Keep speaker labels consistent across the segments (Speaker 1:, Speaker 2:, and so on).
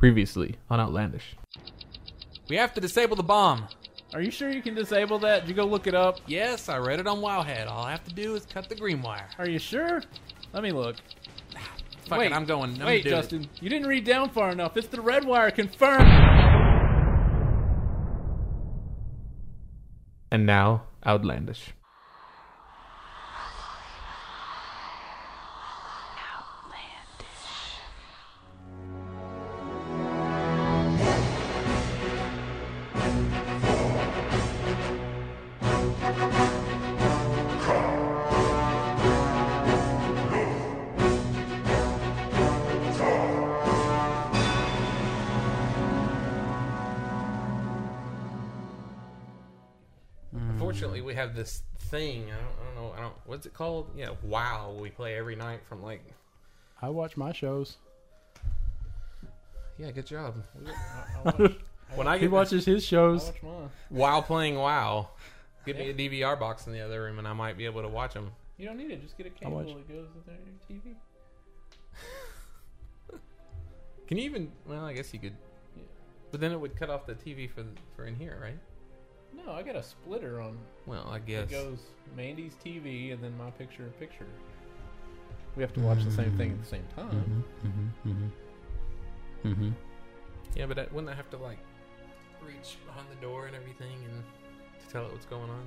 Speaker 1: Previously on Outlandish.
Speaker 2: We have to disable the bomb.
Speaker 1: Are you sure you can disable that? Did you go look it up?
Speaker 2: Yes, I read it on Wowhead. All I have to do is cut the green wire.
Speaker 1: Are you sure? Let me look.
Speaker 2: Fuck
Speaker 1: Wait.
Speaker 2: it, I'm going. I'm
Speaker 1: Wait,
Speaker 2: gonna do it.
Speaker 1: Justin, you didn't read down far enough. It's the red wire confirmed. And now, Outlandish.
Speaker 3: Unfortunately, we have this thing. I don't, I don't know. I don't. What's it called? Yeah, Wow. We play every night from like.
Speaker 4: I watch my shows.
Speaker 3: Yeah, good job. when I
Speaker 4: He
Speaker 3: get watch
Speaker 4: watches his shows.
Speaker 3: Wow playing Wow, give me a DVR box in the other room, and I might be able to watch them.
Speaker 1: You don't need it. Just get a
Speaker 4: much?
Speaker 1: It goes with your TV.
Speaker 3: Can you even? Well, I guess you could.
Speaker 1: Yeah.
Speaker 3: But then it would cut off the TV for for in here, right?
Speaker 1: No, I got a splitter on.
Speaker 3: Well, I guess.
Speaker 1: It goes Mandy's TV and then my picture in picture. We have to watch the same thing at the same time.
Speaker 3: Yeah, but I, wouldn't I have to like reach behind the door and everything and to tell it what's going on?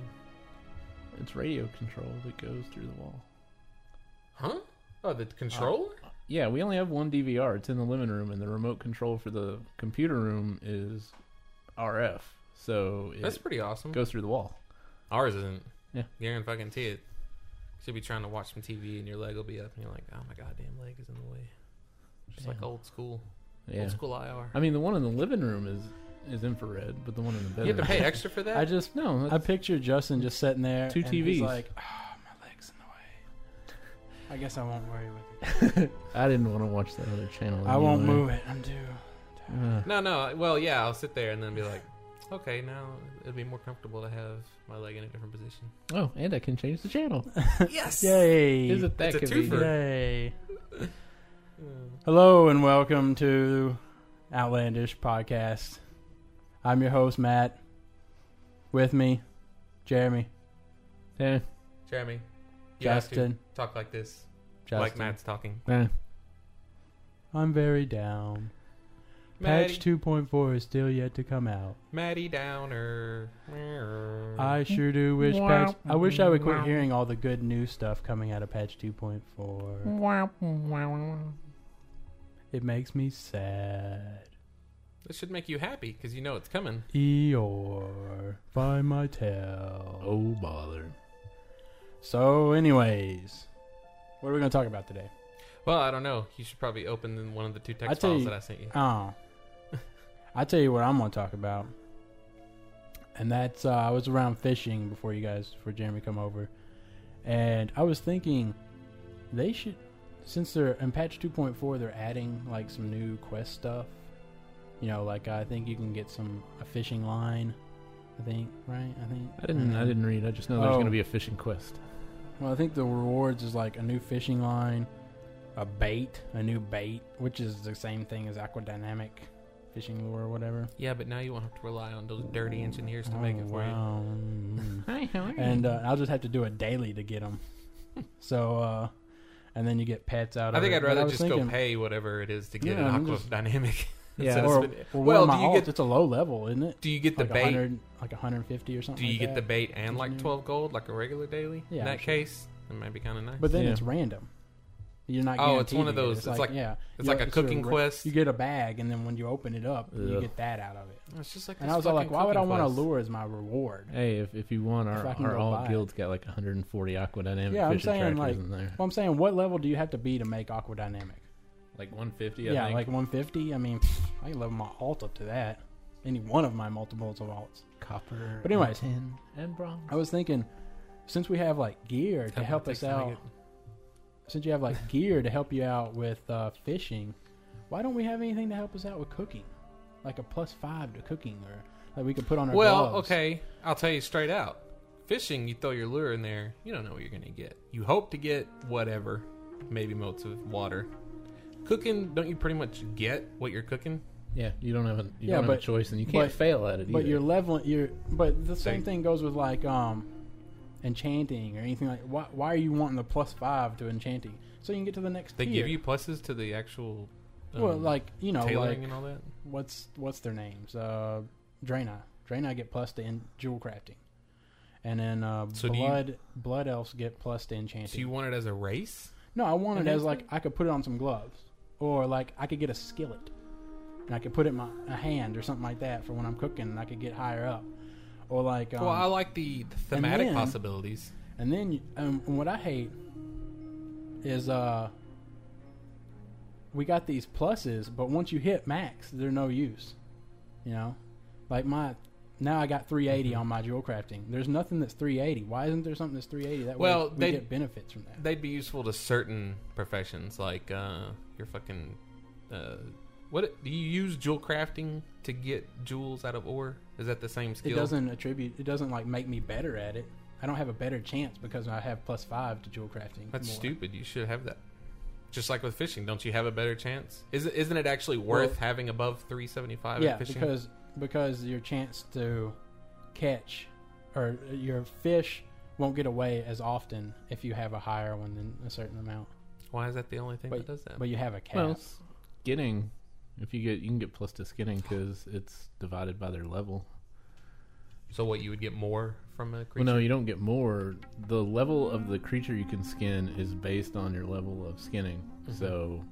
Speaker 1: It's radio control that goes through the wall.
Speaker 3: Huh? Oh, the controller.
Speaker 1: Yeah, we only have one DVR. It's in the living room, and the remote control for the computer room is RF. So it
Speaker 3: That's pretty awesome.
Speaker 1: goes through the wall.
Speaker 3: Ours isn't.
Speaker 1: Yeah.
Speaker 3: Garen fucking T it. Should be trying to watch some TV and your leg will be up and you're like, oh my goddamn leg is in the way. Just like
Speaker 1: Yeah.
Speaker 3: old school,
Speaker 1: Yeah.
Speaker 3: old school IR.
Speaker 1: I mean, the one in the living room is is infrared, but the one in the
Speaker 3: You have
Speaker 1: bedroom.
Speaker 3: to pay extra for that.
Speaker 1: I just no.
Speaker 4: I
Speaker 1: that's-
Speaker 4: picture Justin just sitting there.
Speaker 1: Two
Speaker 4: and he's
Speaker 1: TVs.
Speaker 4: like,
Speaker 5: "Ah, My leg's in the way. I guess I won't worry with it.
Speaker 1: I didn't want to watch the other channel.
Speaker 5: I won't
Speaker 1: anyway.
Speaker 5: move it. I'm too.
Speaker 1: Uh,
Speaker 3: No, no. Well, yeah, I'll sit there and then be like, okay, now it'd be more comfortable to have my leg in a different position.
Speaker 1: oh, and I can change the channel.
Speaker 3: Yes.
Speaker 5: Yay!
Speaker 1: Is it that
Speaker 3: It's a
Speaker 1: convenient?
Speaker 3: twofer.
Speaker 5: Yay!
Speaker 3: Mm.
Speaker 5: Hello and welcome to Outlandish Podcast. I'm your host Matt. With me, Jeremy,
Speaker 1: Yeah,
Speaker 3: Jeremy, you have to
Speaker 5: Justin.
Speaker 3: talk like this,
Speaker 1: Justin.
Speaker 3: like Matt's talking.
Speaker 1: Yeah.
Speaker 5: I'm very down.
Speaker 3: Maddie,
Speaker 5: Patch 2.4 is still yet to come out.
Speaker 3: Maddie Downer. I
Speaker 5: I sure do wish patch. I wish I would quit hearing all the good new stuff coming out of patch 2.4. It makes me sad.
Speaker 3: this should make you happy because you know it's coming.
Speaker 5: Eeyore, by my tail.
Speaker 1: Oh bother.
Speaker 5: So, anyways, what are we going to talk about today?
Speaker 3: Well, I don't know. You should probably open in one of the two text
Speaker 5: I tell
Speaker 3: files
Speaker 5: you-
Speaker 3: that I sent you.
Speaker 5: Oh, I tell you what I'm going to talk about, and that's uh, I was around fishing before you guys, before Jeremy come over, and I was thinking they should, since they're in patch 2.4, they're adding like some new quest stuff. You know, like I think you can get some a fishing line. I think right. I think
Speaker 1: I didn't. I
Speaker 5: Mhm.
Speaker 1: didn't read. I just know there's
Speaker 5: Oh.
Speaker 1: going to be a fishing quest.
Speaker 5: Well, I think the rewards is like a new fishing line, a bait, a new bait, which is the same thing as aquadynamic fishing lure or whatever.
Speaker 3: Yeah, but now you won't have to rely on those dirty engineers to make it
Speaker 5: Oh,
Speaker 3: for you.
Speaker 5: wow. Mm. and uh, I'll just have to do it daily to get them. so, uh, and then you get pets out of
Speaker 3: I think
Speaker 5: it.
Speaker 3: I'd
Speaker 5: But I
Speaker 3: rather
Speaker 5: was
Speaker 3: just go
Speaker 5: thinking-
Speaker 3: pay whatever it is to get
Speaker 5: Yeah,
Speaker 3: an
Speaker 5: I'm
Speaker 3: aqua
Speaker 5: just-
Speaker 3: dynamic.
Speaker 5: Yeah,
Speaker 3: Instead of
Speaker 5: or,
Speaker 3: spending-
Speaker 5: or
Speaker 3: well,
Speaker 5: well,
Speaker 3: do you get
Speaker 5: It's a low level, isn't it?
Speaker 3: do you get the
Speaker 5: like
Speaker 3: bait?
Speaker 5: 100, like 150 or something.
Speaker 3: do you
Speaker 5: like
Speaker 3: get the
Speaker 5: that.
Speaker 3: bait and like
Speaker 5: Engineer.
Speaker 3: twelve gold like a regular daily?
Speaker 5: Yeah,
Speaker 3: In
Speaker 5: I'm
Speaker 3: that
Speaker 5: sure.
Speaker 3: case, it might be kind of nice.
Speaker 5: But then
Speaker 1: Yeah.
Speaker 5: it's random. You're not.
Speaker 3: Oh, it's one of
Speaker 5: guaranteed it.
Speaker 3: those-
Speaker 5: It's,
Speaker 3: it's
Speaker 5: like,
Speaker 3: like-
Speaker 5: yeah,
Speaker 3: it's
Speaker 5: you-
Speaker 3: like a cooking
Speaker 5: ra-
Speaker 3: quest.
Speaker 5: You get a bag, and then when you open it up, you
Speaker 1: Ugh.
Speaker 5: get that out of it.
Speaker 3: it's just like
Speaker 5: And
Speaker 3: this
Speaker 5: I was all
Speaker 3: fucking
Speaker 5: like, why would I
Speaker 3: cooking
Speaker 5: want to
Speaker 3: quest.
Speaker 5: lure as my reward?
Speaker 1: Hey, if, if you want, our,
Speaker 5: If I can
Speaker 1: our
Speaker 5: go
Speaker 1: all
Speaker 5: buy it.
Speaker 1: guild's got like 140 aquadynamic
Speaker 5: Yeah, I'm
Speaker 1: fishing tractors
Speaker 5: saying, like-
Speaker 1: in there.
Speaker 5: Well, I'm saying, what level do you have to be to make aquadynamic?
Speaker 1: Like 150, I
Speaker 5: yeah,
Speaker 1: think.
Speaker 5: like 150. I mean, pff, I can level my alt up to that. Any one of my multiples of alts.
Speaker 1: copper.
Speaker 5: But Oh. anyways.
Speaker 1: and tin and bronze.
Speaker 5: I was thinking, since we have like gear
Speaker 3: How
Speaker 5: to
Speaker 3: long
Speaker 5: help
Speaker 3: it
Speaker 5: us
Speaker 3: takes to
Speaker 5: out,
Speaker 3: make
Speaker 5: since you have like gear to help you out with uh, fishing, why don't we have anything to help us out with cooking? Like a plus five to cooking, or like we could put on
Speaker 3: it?
Speaker 5: our
Speaker 3: Well,
Speaker 5: gloves.
Speaker 3: okay, I'll tell you straight out. Fishing, you throw your lure in there, you don't know what you're gonna get. You hope to get whatever, maybe motes of water. Cooking, don't you pretty much get what you're cooking?
Speaker 1: Yeah, you don't have a you
Speaker 5: Yeah,
Speaker 1: don't have
Speaker 5: but-
Speaker 1: a choice, and you can't
Speaker 5: but-
Speaker 1: fail at it.
Speaker 5: But
Speaker 1: either.
Speaker 5: you're leveling. You're but the same
Speaker 3: Thank-
Speaker 5: thing goes with like um, enchanting or anything like. Why why are you wanting the plus five to enchanting? So you can get to the next.
Speaker 3: They
Speaker 5: tier.
Speaker 3: give you pluses to the actual. um,
Speaker 5: well, like you know,
Speaker 3: tailoring
Speaker 5: like
Speaker 3: and all that.
Speaker 5: what's what's their names? Uh, Draenei. Draenei get plus to in jewel crafting, and then uh,
Speaker 3: So do you-
Speaker 5: blood blood elves get plus to enchanting.
Speaker 3: So you want it as a race?
Speaker 5: no, I want it as
Speaker 3: Enhancement?
Speaker 5: like I could put it on some gloves, or like I could get a skillet, and I could put it in my a hand or something like that for when I'm cooking, and I could get higher up, or like um,
Speaker 3: well, I like the, the thematic
Speaker 5: then-
Speaker 3: possibilities.
Speaker 5: and then you- um, and what I hate is uh. We got these pluses, but once you hit max, they're no use. You know, like my now I got 380
Speaker 3: Mm-hmm.
Speaker 5: on my jewel crafting. There's nothing that's 380. Why isn't there something that's 380? That
Speaker 3: Well,
Speaker 5: way we
Speaker 3: they-
Speaker 5: get benefits from that.
Speaker 3: They'd be useful to certain professions, like uh, your fucking. Uh, what do you use jewel crafting to get jewels out of ore? Is that the same skill?
Speaker 5: It doesn't attribute. It doesn't like make me better at it. I don't have a better chance because I have plus five to jewel crafting.
Speaker 3: That's
Speaker 5: more.
Speaker 3: stupid. You should have that. Just like with fishing, don't you have a better chance? Is isn't it actually worth
Speaker 5: Well-
Speaker 3: having above three seventy five?
Speaker 5: Yeah,
Speaker 3: in fishing?
Speaker 5: because because your chance to catch or your fish won't get away as often if you have a higher one than a certain amount.
Speaker 3: why is that the only thing
Speaker 5: But-
Speaker 3: that does that?
Speaker 5: But you have a cap.
Speaker 1: well, it's skinning. If you get you can get plus to skinning because it's divided by their level.
Speaker 3: so what you would get more from a creature?
Speaker 1: Well, no, you don't get more. The level of the creature you can skin is based on your level of skinning.
Speaker 5: Mm-hmm.
Speaker 1: So,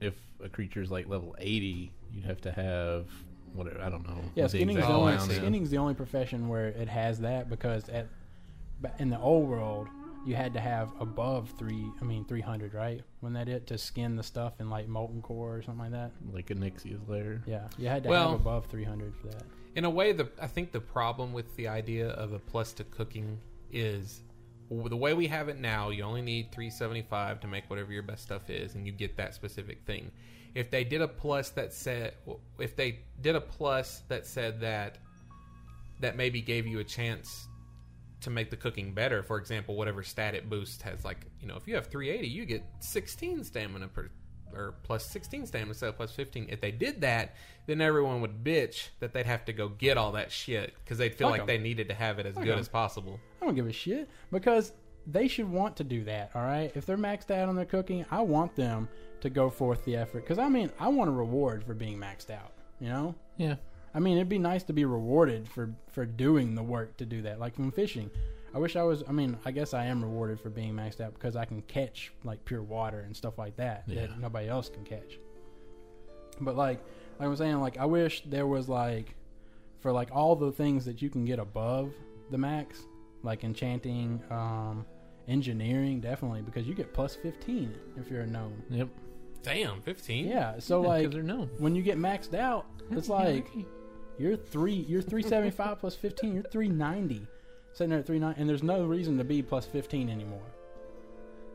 Speaker 1: if a creature's like level eighty, you'd have to have whatever I don't know.
Speaker 5: yeah,
Speaker 1: what the
Speaker 5: skinning's the,
Speaker 1: exact
Speaker 3: Oh,
Speaker 5: only,
Speaker 3: I
Speaker 1: amount
Speaker 3: see.
Speaker 1: is.
Speaker 5: skinning's the only profession where it has that because at ba- in the old world you had to have above three. I mean, three hundred, right? When that it to skin the stuff in like molten core or something like that.
Speaker 1: like a Nixia's layer.
Speaker 5: Yeah, you had to
Speaker 3: Well-
Speaker 5: have above 300 for that.
Speaker 3: in a way, the I think the problem with the idea of a plus to cooking is w- the way we have it now. You only need three seventy five to make whatever your best stuff is, and you get that specific thing. If they did a plus that said, if they did a plus that said that, that maybe gave you a chance to make the cooking better. For example, whatever stat it boosts has, like you know, if you have 380, you get 16 stamina per, or plus 16 stamina instead of plus 15. If they did that, then everyone would bitch that they'd have to go get all that shit because they'd feel
Speaker 5: Fuck
Speaker 3: like
Speaker 5: 'em.
Speaker 3: they needed to have it as
Speaker 5: Fuck
Speaker 3: good
Speaker 5: 'em.
Speaker 3: as possible.
Speaker 5: I don't give a shit because they should want to do that, all right? If they're maxed out on their cooking, I want them to go forth the effort because I mean, I want a reward for being maxed out, you know?
Speaker 1: Yeah.
Speaker 5: I mean, it'd be nice to be rewarded for for doing the work to do that, like when fishing. I wish I was. I mean, I guess I am rewarded for being maxed out because I can catch like pure water and stuff like that
Speaker 1: Yeah.
Speaker 5: that nobody else can catch. But like, like I'm saying, like I wish there was like for like all the things that you can get above the max, like enchanting, um, engineering, definitely because you get plus 15 if you're a gnome.
Speaker 1: Yep.
Speaker 3: Damn, 15.
Speaker 5: Yeah. So
Speaker 1: Yeah, 'cause
Speaker 5: like
Speaker 1: they're known.
Speaker 5: when you get maxed out, it's
Speaker 1: Yeah,
Speaker 5: like. You're three. You're three seventy five plus fifteen. You're three ninety. Sitting there at three nine, and there's no reason to be plus fifteen anymore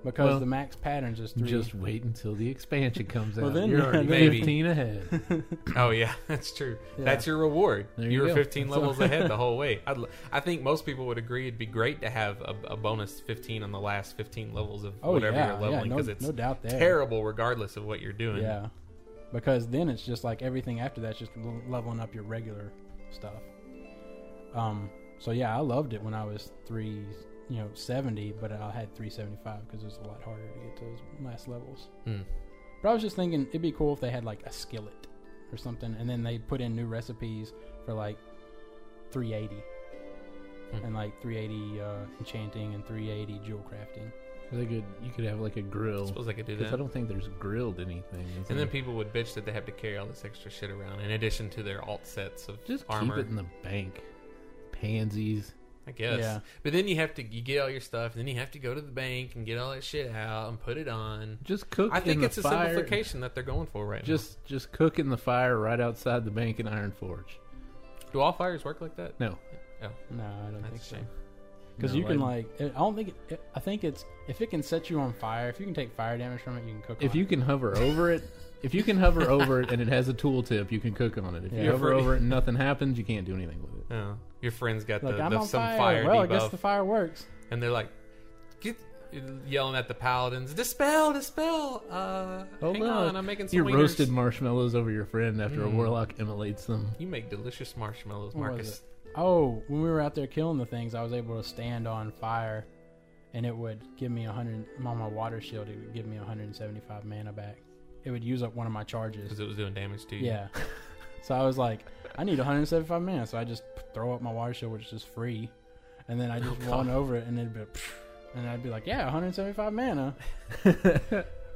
Speaker 5: because
Speaker 1: Well,
Speaker 5: the max patterns is three.
Speaker 1: Just wait until the expansion comes out.
Speaker 5: then-
Speaker 1: You're already
Speaker 3: Maybe.
Speaker 1: 15 ahead.
Speaker 3: Oh yeah, that's true.
Speaker 5: Yeah.
Speaker 3: That's your reward.
Speaker 1: There
Speaker 3: you
Speaker 1: you
Speaker 3: were
Speaker 1: go.
Speaker 3: 15
Speaker 1: So-
Speaker 3: levels ahead the whole way. I'd, l- I think most people would agree it'd be great to have a, a bonus 15 on the last 15 levels of
Speaker 5: oh
Speaker 3: whatever
Speaker 5: yeah,
Speaker 3: you're leveling
Speaker 5: yeah, no,
Speaker 3: because it's
Speaker 5: no doubt there.
Speaker 3: terrible regardless of what you're doing.
Speaker 5: Yeah, because then it's just like everything after that's just l- leveling up your regular stuff. Um. So yeah, I loved it when I was three, you know, seventy, but I had three seventy five because it was a lot harder to get to those last levels.
Speaker 3: Hmm.
Speaker 5: But I was just thinking it'd be cool if they had like a skillet or something, and then they put in new recipes for like 380
Speaker 3: Hmm.
Speaker 5: and like 380 uh, enchanting and 380 jewel crafting.
Speaker 1: they could, you could have like a
Speaker 3: I
Speaker 1: grill.
Speaker 3: suppose I could do
Speaker 1: 'Cause I
Speaker 3: that.
Speaker 1: don't think there's grilled anything. is
Speaker 3: And then
Speaker 1: there?
Speaker 3: people would bitch that they have to carry all this extra shit around in addition to their alt sets of
Speaker 1: just
Speaker 3: armor.
Speaker 1: keep it in the bank. Pansies.
Speaker 3: I guess.
Speaker 5: Yeah.
Speaker 3: But then you have to you get all your stuff, and then you have to go to the bank and get all that shit out and put it on.
Speaker 1: Just cook.
Speaker 3: I think
Speaker 1: in
Speaker 3: it's
Speaker 1: the
Speaker 3: a
Speaker 1: fire.
Speaker 3: simplification that they're going for right
Speaker 1: Just just cook in the fire right outside the bank in Iron Forge.
Speaker 3: now. Do all fires work like that?
Speaker 1: No.
Speaker 5: No, I don't
Speaker 3: That's
Speaker 5: think
Speaker 3: a
Speaker 5: so.
Speaker 3: shame.
Speaker 5: Because
Speaker 1: No,
Speaker 5: you can
Speaker 1: I-
Speaker 5: like, it, I don't think. It, I think it's if it can set you on fire. If you can take fire damage from it, you can cook.
Speaker 1: if
Speaker 5: on
Speaker 1: you can hover over it, if you can hover over it and it has a tooltip, you can cook on it. If you
Speaker 5: Yeah.
Speaker 1: hover
Speaker 3: You're free.
Speaker 1: over it and nothing happens, you can't do anything with it.
Speaker 3: Oh, your friends got
Speaker 5: it. like
Speaker 3: the,
Speaker 5: I'm
Speaker 3: the
Speaker 5: on
Speaker 3: some
Speaker 5: fire.
Speaker 3: fire
Speaker 5: well,
Speaker 3: debuff,
Speaker 5: I guess the fire works.
Speaker 3: and they're like, "Get yelling at the paladins, "Dispel, dispel!" Uh,
Speaker 1: Oh,
Speaker 3: hang
Speaker 1: look.
Speaker 3: on, I'm making some
Speaker 1: Your
Speaker 3: wieners.
Speaker 1: roasted marshmallows over your friend after a warlock immolates them.
Speaker 3: You make delicious marshmallows,
Speaker 5: What was
Speaker 3: Marcus.
Speaker 5: Oh, when we were out there killing the things, I was able to stand on fire, and it would give me 100. On my water shield, it would give me 175 mana back. It would use up one of my charges.
Speaker 3: Because it was doing damage to you.
Speaker 5: Yeah. so I was like, I need 175 mana, so I just throw up my water shield, which is just free, and
Speaker 3: Oh,
Speaker 5: then I just run over it, and it'd be, and I'd be like, yeah, 175 mana.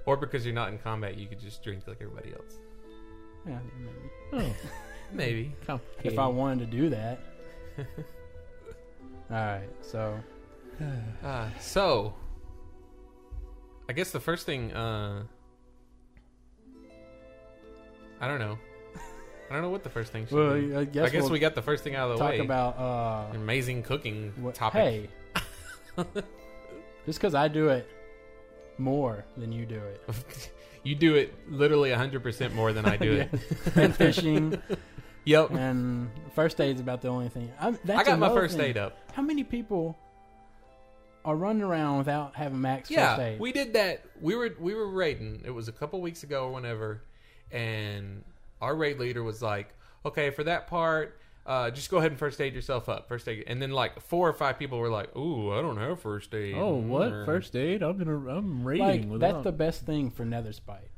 Speaker 3: Or because you're not in combat, you could just drink like everybody else.
Speaker 5: Yeah, maybe.
Speaker 1: Oh,
Speaker 3: Maybe.
Speaker 5: If I wanted to do that. All right, so
Speaker 3: Uh, so, I guess the first thing, uh, I don't know. I don't know what the first thing should
Speaker 5: well,
Speaker 3: be.
Speaker 5: I guess,
Speaker 3: I guess
Speaker 5: we'll
Speaker 3: we got the first thing out of the
Speaker 5: talk
Speaker 3: way.
Speaker 5: about uh,
Speaker 3: Amazing cooking
Speaker 5: what,
Speaker 3: topic.
Speaker 5: hey, just because I do it more than you do it,
Speaker 3: You do it literally 100% more than I do it.
Speaker 5: and fishing
Speaker 3: Yep.
Speaker 5: and first aid's about the only thing. I, that's
Speaker 3: I got my
Speaker 5: another
Speaker 3: first
Speaker 5: thing.
Speaker 3: aid up.
Speaker 5: How many people are running around without having max first
Speaker 3: Yeah,
Speaker 5: aid?
Speaker 3: we did that. We were we were raiding. It was a couple weeks ago or whenever, and our raid leader was like, "Okay, for that part, uh, just go ahead and first aid yourself up. First aid." And then like four or five people were like, "Ooh, I don't have first aid."
Speaker 1: oh, what
Speaker 3: Mm.
Speaker 1: first aid? I'm gonna I'm raiding
Speaker 5: like
Speaker 1: without.
Speaker 5: that's the best thing for nether spite.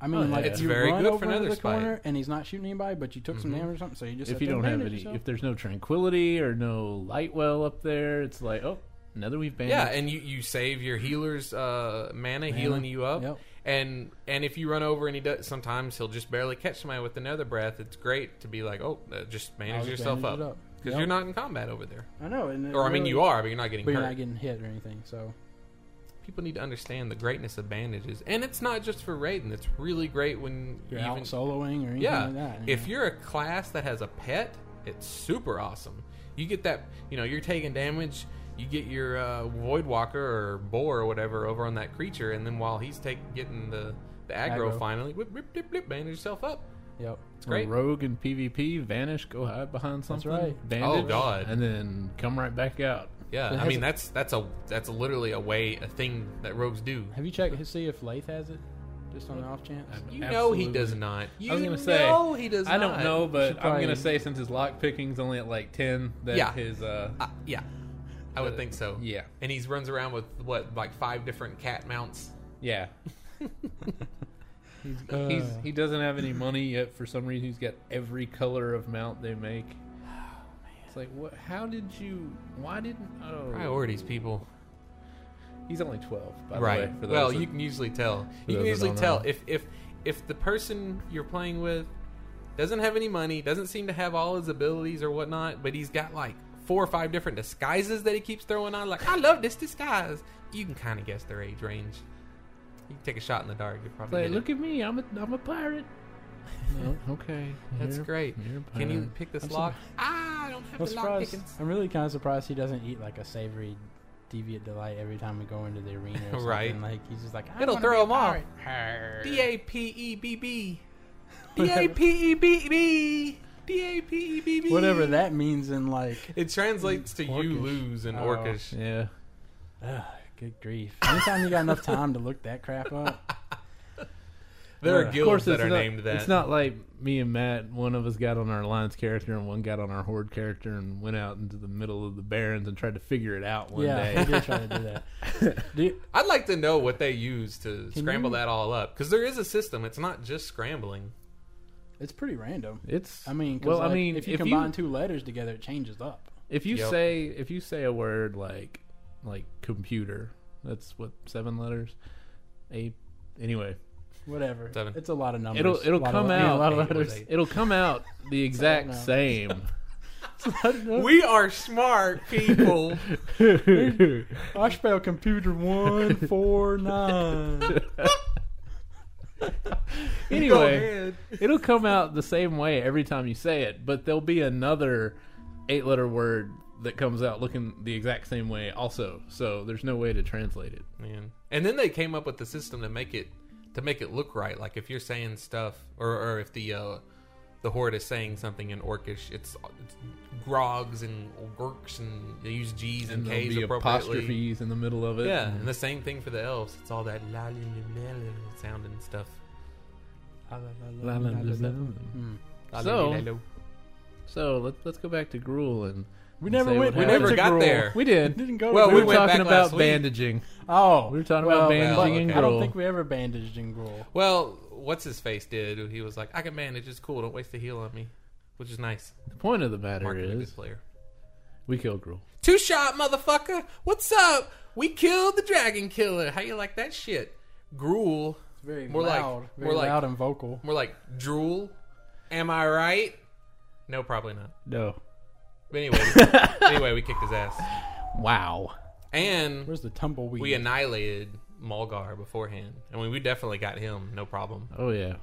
Speaker 5: I mean,
Speaker 1: Oh,
Speaker 5: like
Speaker 1: yeah. It's
Speaker 5: you
Speaker 3: very
Speaker 5: run
Speaker 3: good
Speaker 5: over
Speaker 3: for
Speaker 5: into
Speaker 3: nether
Speaker 5: the
Speaker 3: spite.
Speaker 5: corner and he's not shooting anybody, but you took some damage or something, so you just
Speaker 1: Mm-hmm. if
Speaker 5: sit
Speaker 1: you
Speaker 5: there
Speaker 1: don't
Speaker 5: and
Speaker 1: have
Speaker 5: bandage
Speaker 1: any,
Speaker 5: yourself.
Speaker 1: if there's no tranquility or no light well up there, it's like oh, another we've banned.
Speaker 3: Yeah, and you, you save your healer's uh, mana, healing you up,
Speaker 5: Yep.
Speaker 3: and and if you run over and he does, sometimes he'll just barely catch somebody with another breath. It's great to be like, oh, uh, just manage
Speaker 5: just
Speaker 3: yourself
Speaker 5: bandage it
Speaker 3: up
Speaker 5: up.
Speaker 3: because
Speaker 5: Yep.
Speaker 3: you're not in combat over there,
Speaker 5: I know, and it
Speaker 3: or I mean
Speaker 5: really-
Speaker 3: you are, but you're not getting
Speaker 5: but you're
Speaker 3: hurt.
Speaker 5: not getting hit or anything. So
Speaker 3: People need to understand the greatness of bandages, and it's not just for raiding. It's really great when
Speaker 5: you're
Speaker 3: even
Speaker 5: out soloing or anything
Speaker 3: yeah.
Speaker 5: like that. you
Speaker 3: if
Speaker 5: know.
Speaker 3: you're a class that has a pet, it's super awesome. You get that, you know, you're taking damage. You get your uh, void walker or boar or whatever over on that creature, and then while he's take, getting the the aggro,
Speaker 5: Aggro.
Speaker 3: finally, whip, whip, whip, whip, bandage yourself up.
Speaker 5: yep.
Speaker 3: It's great.
Speaker 1: Rogue and PvP vanish, go hide behind something.
Speaker 5: right.
Speaker 3: Oh,
Speaker 1: Bandage,
Speaker 3: God.
Speaker 1: And then come right back out.
Speaker 3: Yeah, I
Speaker 5: has
Speaker 3: mean
Speaker 5: a-
Speaker 3: that's that's a that's literally a way a thing that rogues do.
Speaker 5: Have you checked to see if Lath has it? Just on the off chance.
Speaker 3: You know he does
Speaker 1: Absolutely.
Speaker 3: not. You
Speaker 1: I was gonna say
Speaker 3: know he does.
Speaker 1: I don't
Speaker 3: not.
Speaker 1: know, but
Speaker 5: Should
Speaker 1: I'm
Speaker 5: probably-
Speaker 1: gonna say since his lock picking's only at like ten, that
Speaker 3: Yeah.
Speaker 1: his uh
Speaker 3: Uh, yeah, I would think so.
Speaker 1: yeah
Speaker 3: and he's runs around with what like five different cat mounts.
Speaker 1: yeah. he's, he's he doesn't have any money yet for some reason. He's got every color of mount they make. It's like what? How did you? Why didn't? Oh,
Speaker 3: Priorities, people.
Speaker 1: He's only twelve, by the
Speaker 3: Right.
Speaker 1: way. For those
Speaker 3: well,
Speaker 1: that-
Speaker 3: you can usually tell. You can
Speaker 1: those that
Speaker 3: usually
Speaker 1: don't
Speaker 3: tell
Speaker 1: know.
Speaker 3: if if if the person you're playing with doesn't have any money, doesn't seem to have all his abilities or whatnot, but he's got like four or five different disguises that he keeps throwing on. Like, I love this disguise. You can kind of guess their age range. You can take a shot in the dark. You
Speaker 1: It's
Speaker 3: probably
Speaker 1: like,
Speaker 3: hit it.
Speaker 1: look at me, I'm a I'm a pirate. No, okay,
Speaker 3: That's
Speaker 1: You're-
Speaker 3: great.
Speaker 1: you're a
Speaker 3: Can you
Speaker 1: pirate.
Speaker 3: pick this
Speaker 5: I'm
Speaker 3: lock? Ah, I don't
Speaker 5: I'm
Speaker 3: have the lock
Speaker 5: surprised.
Speaker 3: pickings.
Speaker 5: I'm really kind of surprised he doesn't eat like a savory deviant delight every time we go into the arena. Or
Speaker 3: Right.
Speaker 5: something. Like he's just like I
Speaker 3: It'll
Speaker 5: wanna be
Speaker 3: throw
Speaker 5: a
Speaker 3: him off.
Speaker 5: pirate. Arr.
Speaker 3: D A P E B B. D A P E B B. D A P E B B.
Speaker 5: Whatever that means in like.
Speaker 3: It translates to you
Speaker 5: Orcish.
Speaker 3: lose in
Speaker 5: Oh.
Speaker 3: Orcish.
Speaker 1: Yeah.
Speaker 5: Ugh, good grief! Anytime you got enough time to look that crap up,
Speaker 3: There are
Speaker 5: Of
Speaker 1: Of
Speaker 3: guilds
Speaker 1: course,
Speaker 3: that
Speaker 1: it's
Speaker 3: are
Speaker 1: not,
Speaker 3: named that.
Speaker 1: It's not like me and Matt. One of us got on our alliance character, and one got on our horde character, and went out into the middle of the barrens and tried to figure it out one
Speaker 5: yeah,
Speaker 1: day.
Speaker 5: he did try to do that. Do you-
Speaker 3: I'd like to know what they use to
Speaker 5: Can
Speaker 3: scramble
Speaker 5: you-
Speaker 3: that all up because there is a system. It's not just scrambling.
Speaker 5: it's pretty random.
Speaker 1: It's.
Speaker 5: I mean, 'cause,
Speaker 1: well, I
Speaker 5: like,
Speaker 1: mean,
Speaker 5: if you combine two letters together, it changes up.
Speaker 1: if you
Speaker 3: Yep.
Speaker 1: say if you say a word like like computer, that's what seven letters. A anyway,
Speaker 5: Whatever.
Speaker 3: Seven.
Speaker 5: It's a lot of numbers.
Speaker 1: it'll it'll
Speaker 5: A lot of
Speaker 1: come
Speaker 5: letters.
Speaker 1: out.
Speaker 5: A lot of
Speaker 3: Eight was
Speaker 5: letters.
Speaker 3: eight.
Speaker 1: It'll come out the exact same.
Speaker 3: We are smart people.
Speaker 5: I spell computer one four nine.
Speaker 3: Go
Speaker 1: anyway.
Speaker 3: ahead.
Speaker 1: It'll come out the same way every time you say it, but there'll be another eight letter word that comes out looking the exact same way also. So there's no way to translate it.
Speaker 3: Man. And then they came up with the system to make it to make it look right. Like if you're saying stuff, or, or if the uh, the horde is saying something in Orcish. It's, it's grogs and gorks, and they use G's and,
Speaker 1: and there'll
Speaker 3: K's
Speaker 1: be
Speaker 3: appropriately.
Speaker 1: apostrophes in the middle of it. Mm-hmm.
Speaker 3: Yeah,
Speaker 1: and-
Speaker 3: and the same thing for the elves. It's all that la la la la la sound and stuff.
Speaker 1: La, la, la, la, la.
Speaker 3: Mm. La, la,
Speaker 1: So-
Speaker 3: la, la, la.
Speaker 1: So let's let's go back to Gruul and
Speaker 5: We
Speaker 1: and
Speaker 5: never
Speaker 1: say
Speaker 5: went.
Speaker 1: what
Speaker 3: we never
Speaker 1: happened.
Speaker 3: got
Speaker 5: Gruul.
Speaker 3: there.
Speaker 1: We did.
Speaker 5: Didn't go.
Speaker 3: Well,
Speaker 5: to
Speaker 1: we
Speaker 3: we
Speaker 1: were
Speaker 3: went
Speaker 5: Gruul.
Speaker 1: talking
Speaker 3: back
Speaker 1: about
Speaker 3: last week.
Speaker 1: bandaging.
Speaker 5: Oh,
Speaker 1: We were talking
Speaker 5: well,
Speaker 1: about
Speaker 3: well,
Speaker 1: bandaging
Speaker 3: okay.
Speaker 1: and
Speaker 5: I
Speaker 1: Gruul.
Speaker 5: don't think we ever bandaged in Gruul.
Speaker 3: Well, what's his face did? He was like, I can manage. It's cool. Don't waste the heal on me, which is nice.
Speaker 1: the point of the matter
Speaker 3: Marking a good
Speaker 1: is
Speaker 3: player.
Speaker 1: we killed Gruul.
Speaker 3: Two shot, motherfucker. What's up? We killed the dragon killer. How you like that shit? Gruel.
Speaker 5: It's very
Speaker 3: More like-
Speaker 5: loud,
Speaker 3: more
Speaker 5: very
Speaker 3: like-
Speaker 5: loud and vocal.
Speaker 3: More like drool. Am I right? No, probably not.
Speaker 1: No.
Speaker 3: But anyway, anyway, we kicked his ass,
Speaker 1: Wow.
Speaker 3: and
Speaker 5: Where's the tumbleweed?
Speaker 3: we annihilated Molgar beforehand. I mean, we definitely got him. No problem.
Speaker 1: Oh yeah.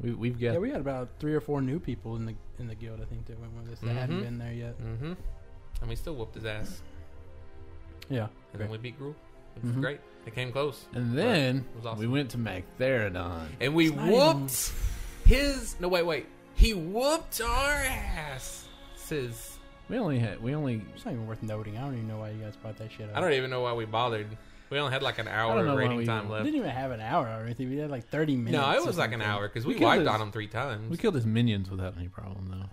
Speaker 1: We we've got
Speaker 5: yeah, we had about three or four new people in the in the guild. I think that went with us that hadn't
Speaker 3: Mhm.
Speaker 5: been there yet.
Speaker 1: Mm.
Speaker 3: Mm-hmm. And we still whooped his ass,
Speaker 5: Yeah,
Speaker 3: and then we beat Gruel. It
Speaker 5: Mm-hmm.
Speaker 3: was great. It came close,
Speaker 1: and then
Speaker 3: It was awesome.
Speaker 1: we went to Mactheridon.
Speaker 3: and we
Speaker 5: not even-
Speaker 3: whooped his. No, wait, wait. He whooped our ass. Says
Speaker 1: We only had we only
Speaker 5: it's not even worth noting. I don't even know why you guys brought that shit up.
Speaker 3: I don't even know why we bothered. We only had like an hour
Speaker 1: don't know
Speaker 3: of
Speaker 1: why
Speaker 3: rating
Speaker 1: we
Speaker 3: time
Speaker 1: even-
Speaker 3: left.
Speaker 5: didn't even have an hour or anything. We had like thirty minutes.
Speaker 3: No, it
Speaker 5: or
Speaker 3: was like an
Speaker 5: something.
Speaker 3: hour because
Speaker 1: We
Speaker 3: we,
Speaker 1: killed
Speaker 3: wiped
Speaker 1: his-
Speaker 3: on him three times.
Speaker 1: we killed his minions without any problem though.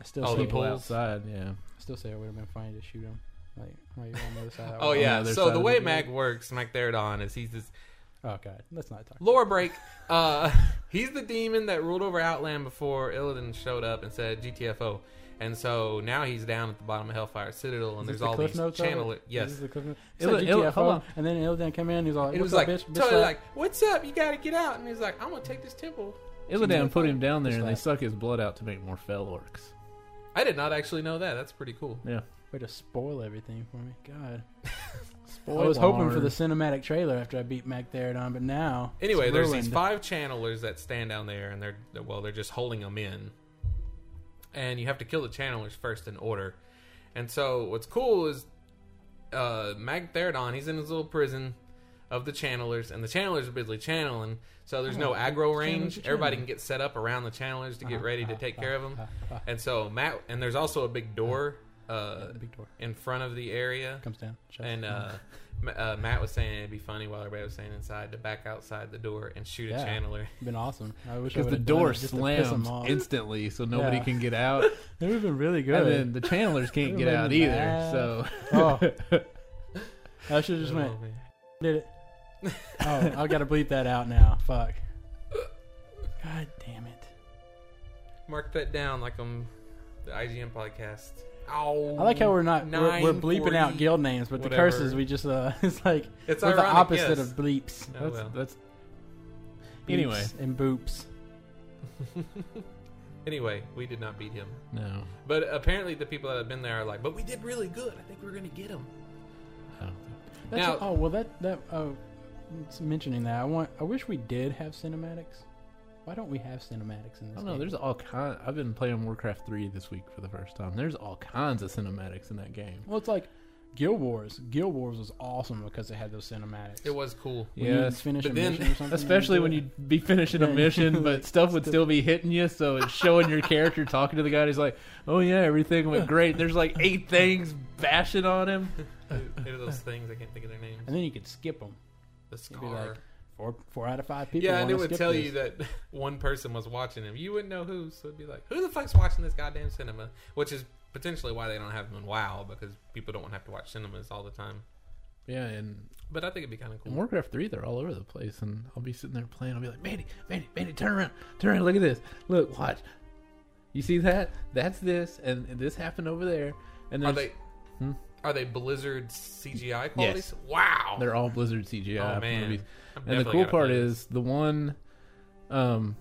Speaker 5: I still
Speaker 3: Oh,
Speaker 5: say
Speaker 3: the
Speaker 5: people
Speaker 1: People
Speaker 3: pulls.
Speaker 1: outside, yeah.
Speaker 5: I still say it would have been funny to shoot him. Like, right on the other side.
Speaker 3: oh
Speaker 1: the
Speaker 3: yeah.
Speaker 1: other
Speaker 3: So
Speaker 1: side
Speaker 3: the,
Speaker 1: of the
Speaker 3: way
Speaker 1: gate.
Speaker 3: Mac works, Mac Theridon, is he's this
Speaker 5: Oh god, let's not talk.
Speaker 3: lore break. Uh, he's the demon that ruled over Outland before Illidan showed up and said GTFO. And so now he's down at the bottom of Hellfire Citadel, and
Speaker 5: Is this
Speaker 3: there's
Speaker 5: the
Speaker 3: all
Speaker 5: cliff
Speaker 3: these
Speaker 5: notes of it?
Speaker 3: channeler. Yes,
Speaker 5: This is the cliff notes. It's
Speaker 1: It'll-
Speaker 5: like
Speaker 1: it'll-
Speaker 5: GTFO,
Speaker 1: hold on.
Speaker 5: and then Illidan came in. and He's like,
Speaker 3: it was
Speaker 5: "What's
Speaker 3: like
Speaker 5: up, bitch?" bitch
Speaker 3: totally
Speaker 5: slap?"
Speaker 3: like, "What's up? You got to get out!" And he's like, "I'm gonna take this temple."
Speaker 1: Illidan put him down there
Speaker 5: Just
Speaker 1: and they
Speaker 5: like-
Speaker 1: suck his blood out to make more fell orcs.
Speaker 3: I did not actually know that. That's pretty cool.
Speaker 1: Yeah.
Speaker 5: Way to spoil everything for me. God, I was hoping for the cinematic trailer after I beat Mac Theridon, but now
Speaker 3: Anyway,
Speaker 5: it's
Speaker 3: there's
Speaker 5: ruined.
Speaker 3: these five channelers that stand down there, and they're well, they're just holding them in, and you have to kill the channelers first in order. And so, what's cool is uh, Mag Theridon, he's in his little prison of the channelers, and the channelers are busy channeling. So there's no aggro range.
Speaker 5: Uh-huh. are
Speaker 3: Everybody can
Speaker 5: channeling.
Speaker 3: get set up around the channelers to get
Speaker 5: Uh-huh,
Speaker 3: ready to
Speaker 5: uh-huh,
Speaker 3: take care of them.
Speaker 5: uh, uh,
Speaker 3: And so Matt, and there's also a big door
Speaker 5: Uh-huh.
Speaker 3: uh,
Speaker 5: ah. the big door
Speaker 3: in front of the area.
Speaker 5: comes down. shuts
Speaker 3: And
Speaker 5: it down.
Speaker 3: uh, M- uh, Matt was saying it'd be funny while everybody was saying inside to back outside the door and shoot
Speaker 5: Yeah.
Speaker 3: a channeler.
Speaker 5: been awesome. I wish I
Speaker 1: because the
Speaker 5: would've done
Speaker 1: door
Speaker 5: it just to piss 'em
Speaker 1: slams
Speaker 5: off.
Speaker 1: instantly, so nobody
Speaker 5: Yeah.
Speaker 1: can get out,
Speaker 5: It would have been really good.
Speaker 1: and then the channelers can't
Speaker 5: Would've
Speaker 1: get
Speaker 5: been
Speaker 1: out either.
Speaker 5: mad.
Speaker 1: So
Speaker 5: oh, I should have just went.
Speaker 3: Oh, man.
Speaker 5: Did it? Oh, I gotta bleep that out now. Fuck. God damn it.
Speaker 3: Mark that down like I'm the IGN podcast. Ow.
Speaker 5: I like how we're not we're, we're
Speaker 3: 940.
Speaker 5: bleeping out guild names, but
Speaker 3: whatever.
Speaker 5: the curses we just uh, it's like
Speaker 3: It's
Speaker 5: we're
Speaker 3: ironic,
Speaker 5: the opposite
Speaker 3: yes.
Speaker 5: of bleeps.
Speaker 3: Oh,
Speaker 1: that's
Speaker 3: well.
Speaker 1: that's
Speaker 5: Beeps
Speaker 1: Anyway.
Speaker 5: and boops.
Speaker 3: Anyway, we did not beat him,
Speaker 1: no.
Speaker 3: but apparently the people that have been there are like, but we did really good. I think we're gonna get him.
Speaker 1: I don't
Speaker 5: That's
Speaker 3: Now-
Speaker 5: oh well that that oh, it's mentioning that I want I wish we did have cinematics. Why don't we have cinematics in this?
Speaker 1: I don't know.
Speaker 5: game?
Speaker 1: There's all kind. I've been playing Warcraft three this week for the first time. There's all kinds of cinematics in that game.
Speaker 5: well, it's like Guild Wars. Guild Wars was awesome because it had those cinematics.
Speaker 3: It was cool.
Speaker 5: When
Speaker 1: Yeah,
Speaker 5: you would finish
Speaker 3: but
Speaker 5: a
Speaker 3: then-
Speaker 5: mission or something,
Speaker 1: Especially
Speaker 5: do
Speaker 1: when
Speaker 5: it.
Speaker 1: you'd be finishing a
Speaker 5: Yeah.
Speaker 1: mission, but stuff would
Speaker 5: Still-
Speaker 1: still be hitting you. So it's showing your character talking to the guy. And he's like, "Oh yeah, everything went great." There's like eight things bashing on him.
Speaker 3: Maybe those things I can't think of their names.
Speaker 5: and then you could skip them.
Speaker 3: The
Speaker 5: You'd be
Speaker 3: scar.
Speaker 5: like, four four out of five people.
Speaker 3: yeah, and
Speaker 5: wanna
Speaker 3: it would
Speaker 5: skip
Speaker 3: tell
Speaker 5: this.
Speaker 3: you that one person was watching him. You wouldn't know who, so it'd be like, who the fuck's watching this goddamn cinema? Which is potentially why they don't have them in WoW because people don't have to watch cinemas all the time.
Speaker 1: Yeah, and
Speaker 3: But I think it'd be kind of
Speaker 1: In
Speaker 3: cool.
Speaker 1: Warcraft 3, they're all over the place, and I'll be sitting there playing. I'll be like, Manny, Manny, Manny, turn around, turn around, look at this. Look, watch. You see that? That's this, and this happened over there. And
Speaker 3: Are
Speaker 1: there's-
Speaker 3: they?
Speaker 1: Hmm?
Speaker 3: Are they Blizzard CGI qualities? Wow.
Speaker 1: they're all Blizzard CGI
Speaker 3: oh man.
Speaker 1: movies.
Speaker 3: I'm
Speaker 1: And the
Speaker 3: definitely
Speaker 1: cool
Speaker 3: gotta
Speaker 1: part
Speaker 3: play this.
Speaker 1: is the one, um,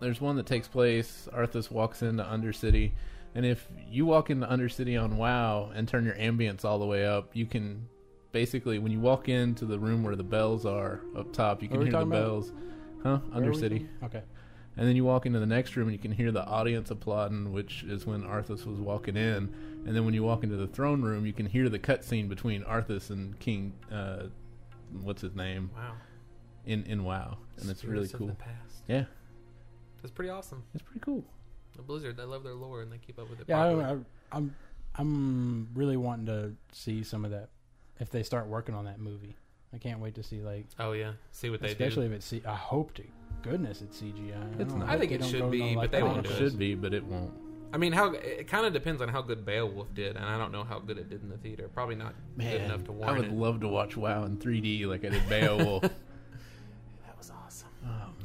Speaker 1: there's one that takes place. Arthas walks into Undercity, and if you walk into Undercity on WoW and turn your ambience all the way up, you can basically when you walk into the room where the bells are up top, you can
Speaker 5: What are we
Speaker 1: hear the
Speaker 5: talking about?
Speaker 1: bells, huh?
Speaker 5: Where are we
Speaker 1: Undercity,
Speaker 5: from? Okay.
Speaker 1: and then you walk into the next room and you can hear the audience applauding, which is when Arthas was walking in, and then when you walk into the throne room, you can hear the cutscene between Arthas and King, uh, what's his name?
Speaker 3: wow.
Speaker 1: in in WoW, and it's really
Speaker 3: Spirits of
Speaker 1: cool.
Speaker 3: The past.
Speaker 1: Yeah.
Speaker 3: That's That's pretty awesome.
Speaker 1: It's pretty cool.
Speaker 3: The Blizzard, I love their lore and they keep up with it.
Speaker 5: Yeah, I,
Speaker 3: properly.
Speaker 5: I, I'm I'm really wanting to see some of that if they start working on that movie. I can't wait to see like
Speaker 3: oh yeah, see what they do.
Speaker 5: especially if it's C- I hope to goodness it's CGI.
Speaker 1: It's
Speaker 5: don't
Speaker 1: not.
Speaker 5: know.
Speaker 1: I
Speaker 3: think
Speaker 5: They
Speaker 3: it
Speaker 5: don't
Speaker 3: should
Speaker 5: go
Speaker 3: be,
Speaker 5: no,
Speaker 3: but
Speaker 5: like,
Speaker 3: they
Speaker 5: oh,
Speaker 3: won't
Speaker 1: it
Speaker 3: do
Speaker 1: should be, but it won't.
Speaker 3: I mean, how it kind of depends on how good Beowulf did, and I don't know how good it did in the theater. Probably not good enough to
Speaker 1: I
Speaker 3: warrant
Speaker 1: would
Speaker 3: it.
Speaker 1: love to watch WoW in 3D like I did Beowulf. Oh,
Speaker 3: that was awesome.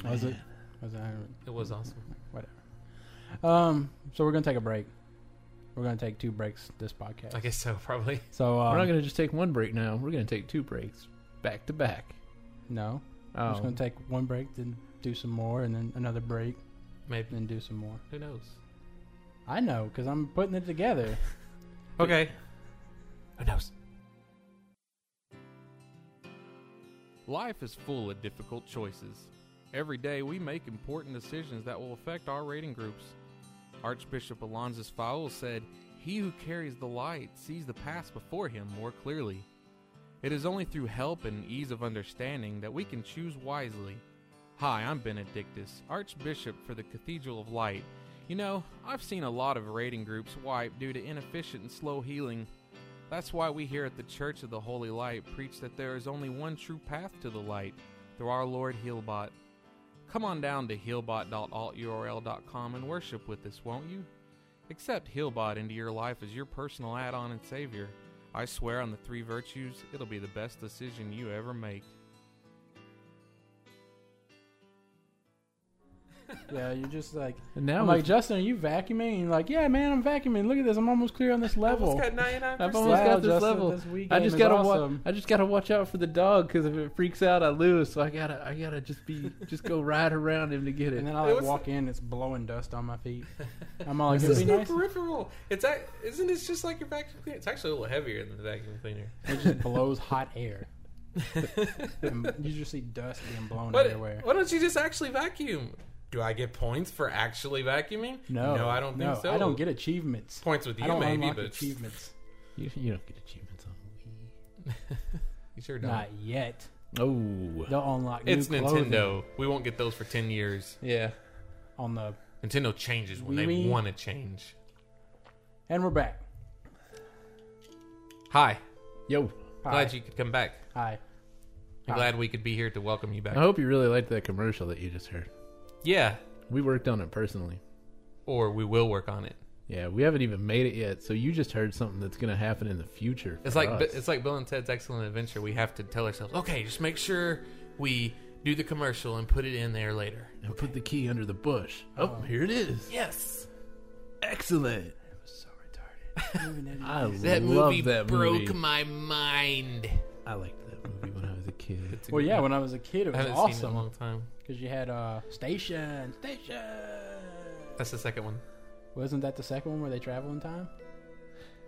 Speaker 5: Was it? Was it? I don't-
Speaker 3: It was awesome.
Speaker 5: Um, so we're gonna take a break. We're gonna take two breaks this podcast.
Speaker 3: I guess so, probably.
Speaker 5: So
Speaker 1: We're
Speaker 5: um,
Speaker 1: not going to just take one break now. We're going to take two breaks back to back.
Speaker 5: no, we're
Speaker 1: Oh,
Speaker 5: just gonna take one break, then do some more, and then another break,
Speaker 3: Maybe.
Speaker 5: then do some more.
Speaker 3: Who knows?
Speaker 5: I know, cause I'm putting it together.
Speaker 3: Okay. Who knows? Life is full of difficult choices. Every day we make important decisions that will affect our rating groups. Archbishop Alonzus Fowl said, He who carries the light sees the past before him more clearly. It is only through help and ease of understanding that we can choose wisely. Hi, I'm Benedictus, Archbishop for the Cathedral of Light. You know, I've seen a lot of raiding groups wipe due to inefficient and slow healing. That's why we here at the Church of the Holy Light preach that there is only one true path to the light through our Lord Healbot. Come on down to healbot.alturl.com and worship with us, won't you? Accept Healbot into your life as your personal add on and savior. I swear on the three virtues, it'll be the best decision you ever make.
Speaker 5: yeah, you're just like
Speaker 1: and now
Speaker 5: I'm like
Speaker 1: we've-
Speaker 5: Justin. Are you vacuuming? And you're like, yeah, man, I'm vacuuming. Look at this. I'm almost clear on this level.
Speaker 1: I've almost
Speaker 5: Wow,
Speaker 1: got this
Speaker 5: Justin,
Speaker 1: level.
Speaker 5: this
Speaker 1: I
Speaker 5: Wii game
Speaker 1: just
Speaker 5: is
Speaker 1: gotta watch.
Speaker 5: awesome.
Speaker 1: I just gotta watch out for the dog because if it freaks out, I lose. So I gotta. I gotta just be. just go ride around him to get it.
Speaker 5: And then I
Speaker 3: It
Speaker 5: like
Speaker 3: was-
Speaker 5: walk in, it's blowing dust on my feet. I'm all like,
Speaker 3: This
Speaker 5: it'd
Speaker 3: is
Speaker 5: be
Speaker 3: no
Speaker 5: nice.
Speaker 3: peripheral. It's ac- isn't it just like your vacuum cleaner? It's actually a little heavier than the vacuum cleaner.
Speaker 5: It just blows hot air. and you just see dust being blown
Speaker 3: What,
Speaker 5: everywhere.
Speaker 3: why don't you just actually vacuum? Do I get points for actually vacuuming?
Speaker 5: No,
Speaker 3: no, I don't
Speaker 5: no,
Speaker 3: think so.
Speaker 5: I don't get achievements.
Speaker 3: points with
Speaker 5: I
Speaker 3: you,
Speaker 5: don't
Speaker 3: maybe,
Speaker 5: unlock
Speaker 3: but
Speaker 5: achievements.
Speaker 1: you, you don't get achievements on
Speaker 3: you sure don't.
Speaker 5: Not yet.
Speaker 1: Wii. Oh,
Speaker 5: They'll unlock
Speaker 3: it's
Speaker 5: new clothing
Speaker 3: Nintendo. We won't get those for ten years.
Speaker 1: yeah.
Speaker 5: on the.
Speaker 3: Nintendo changes when
Speaker 5: Wee-wee.
Speaker 3: they want to change.
Speaker 5: And we're back.
Speaker 3: Hi,
Speaker 1: Yo,
Speaker 5: Hi.
Speaker 3: glad you could come back.
Speaker 5: Hi.
Speaker 3: I'm
Speaker 5: Hi.
Speaker 3: glad we could be here to welcome you back. Oh.
Speaker 1: I hope you really liked that commercial that you just heard.
Speaker 3: Yeah,
Speaker 1: We worked on it personally.
Speaker 3: or we will work on it.
Speaker 1: Yeah, we haven't even made it yet. So you just heard something that's gonna happen in the future.
Speaker 3: It's
Speaker 1: for
Speaker 3: like
Speaker 1: us.
Speaker 3: it's like Bill and Ted's Excellent Adventure. We have to tell ourselves, okay, just make sure we do the commercial and put it in there later.
Speaker 1: and put the key under the bush. Oh, here it is.
Speaker 3: Yes,
Speaker 1: Excellent.
Speaker 5: So retarded.
Speaker 1: I
Speaker 3: that
Speaker 1: love
Speaker 3: movie
Speaker 1: that
Speaker 3: broke
Speaker 1: movie.
Speaker 3: my mind.
Speaker 1: I liked that movie when I was a kid.
Speaker 5: Well, yeah, when I was a kid, it
Speaker 3: I
Speaker 5: was
Speaker 3: haven't seen it in a
Speaker 5: awesome
Speaker 3: long time.
Speaker 5: because you had uh, station, station.
Speaker 3: That's the second one.
Speaker 5: Wasn't that the second one where they travel in time?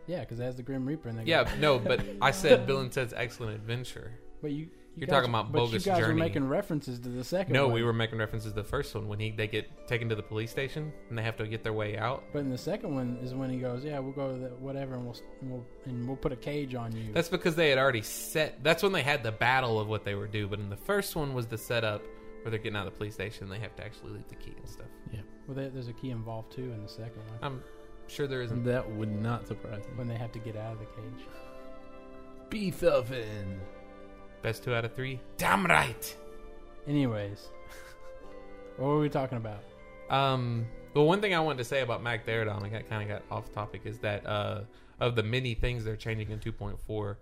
Speaker 5: Yeah, because that's the Grim Reaper. And they go-
Speaker 3: Yeah, no, but I said Bill and Ted's Excellent Adventure.
Speaker 5: But you, you
Speaker 3: You're
Speaker 5: guys-
Speaker 3: talking about
Speaker 5: but
Speaker 3: Bogus
Speaker 5: You guys
Speaker 3: Journey.
Speaker 5: were making references to the second.
Speaker 3: No,
Speaker 5: one.
Speaker 3: we were making references to the first one when he they get taken to the police station and they have to get their way out.
Speaker 5: But in the second one is when he goes, "Yeah, we'll go to the whatever, and we'll and we'll, and we'll put a cage on you."
Speaker 3: That's because they had already set. That's when they had the battle of what they were due. But in the first one was the setup where they're getting out of the police station. They have to actually leave the key and stuff.
Speaker 5: well, there, there's a key involved too in the second one
Speaker 3: I'm sure there isn't.
Speaker 1: That would not surprise me.
Speaker 5: when they have to get out of the cage.
Speaker 1: Beef Elfin.
Speaker 3: Best two out of three. Damn right.
Speaker 5: Anyways, what were we talking about?
Speaker 3: Um. Well, one thing I wanted to say about Mac Deridon, I got, kind of got off topic, is that uh, of the many things they're changing in 2.4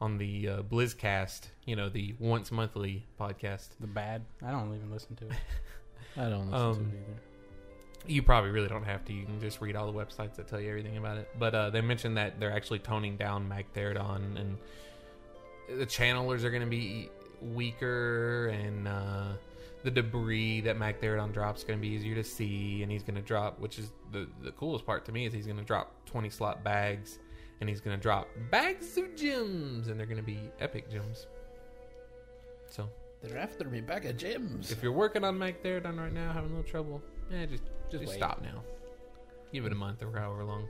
Speaker 3: on the uh, BlizzCast, you know, the once monthly podcast,
Speaker 5: The bad? I don't even listen to it.
Speaker 1: I don't listen to
Speaker 3: Um,
Speaker 1: it either.
Speaker 3: you probably really don't have to. You can just read all the websites that tell you everything about it. But uh, they mentioned that they're actually toning down Mac Theridon, and the channelers are going to be weaker, and uh, the debris that Mac Theridon drops is going to be easier to see. And he's going to drop, which is the the coolest part to me, is he's going to drop twenty slot bags, and he's going to drop bags of gems, and they're going to be epic gems. So
Speaker 1: They're after me back at gyms.
Speaker 3: if you're working on Mac Theridon right now, having a little trouble, eh, just just,
Speaker 1: wait.
Speaker 3: stop now. Give it a month or however long.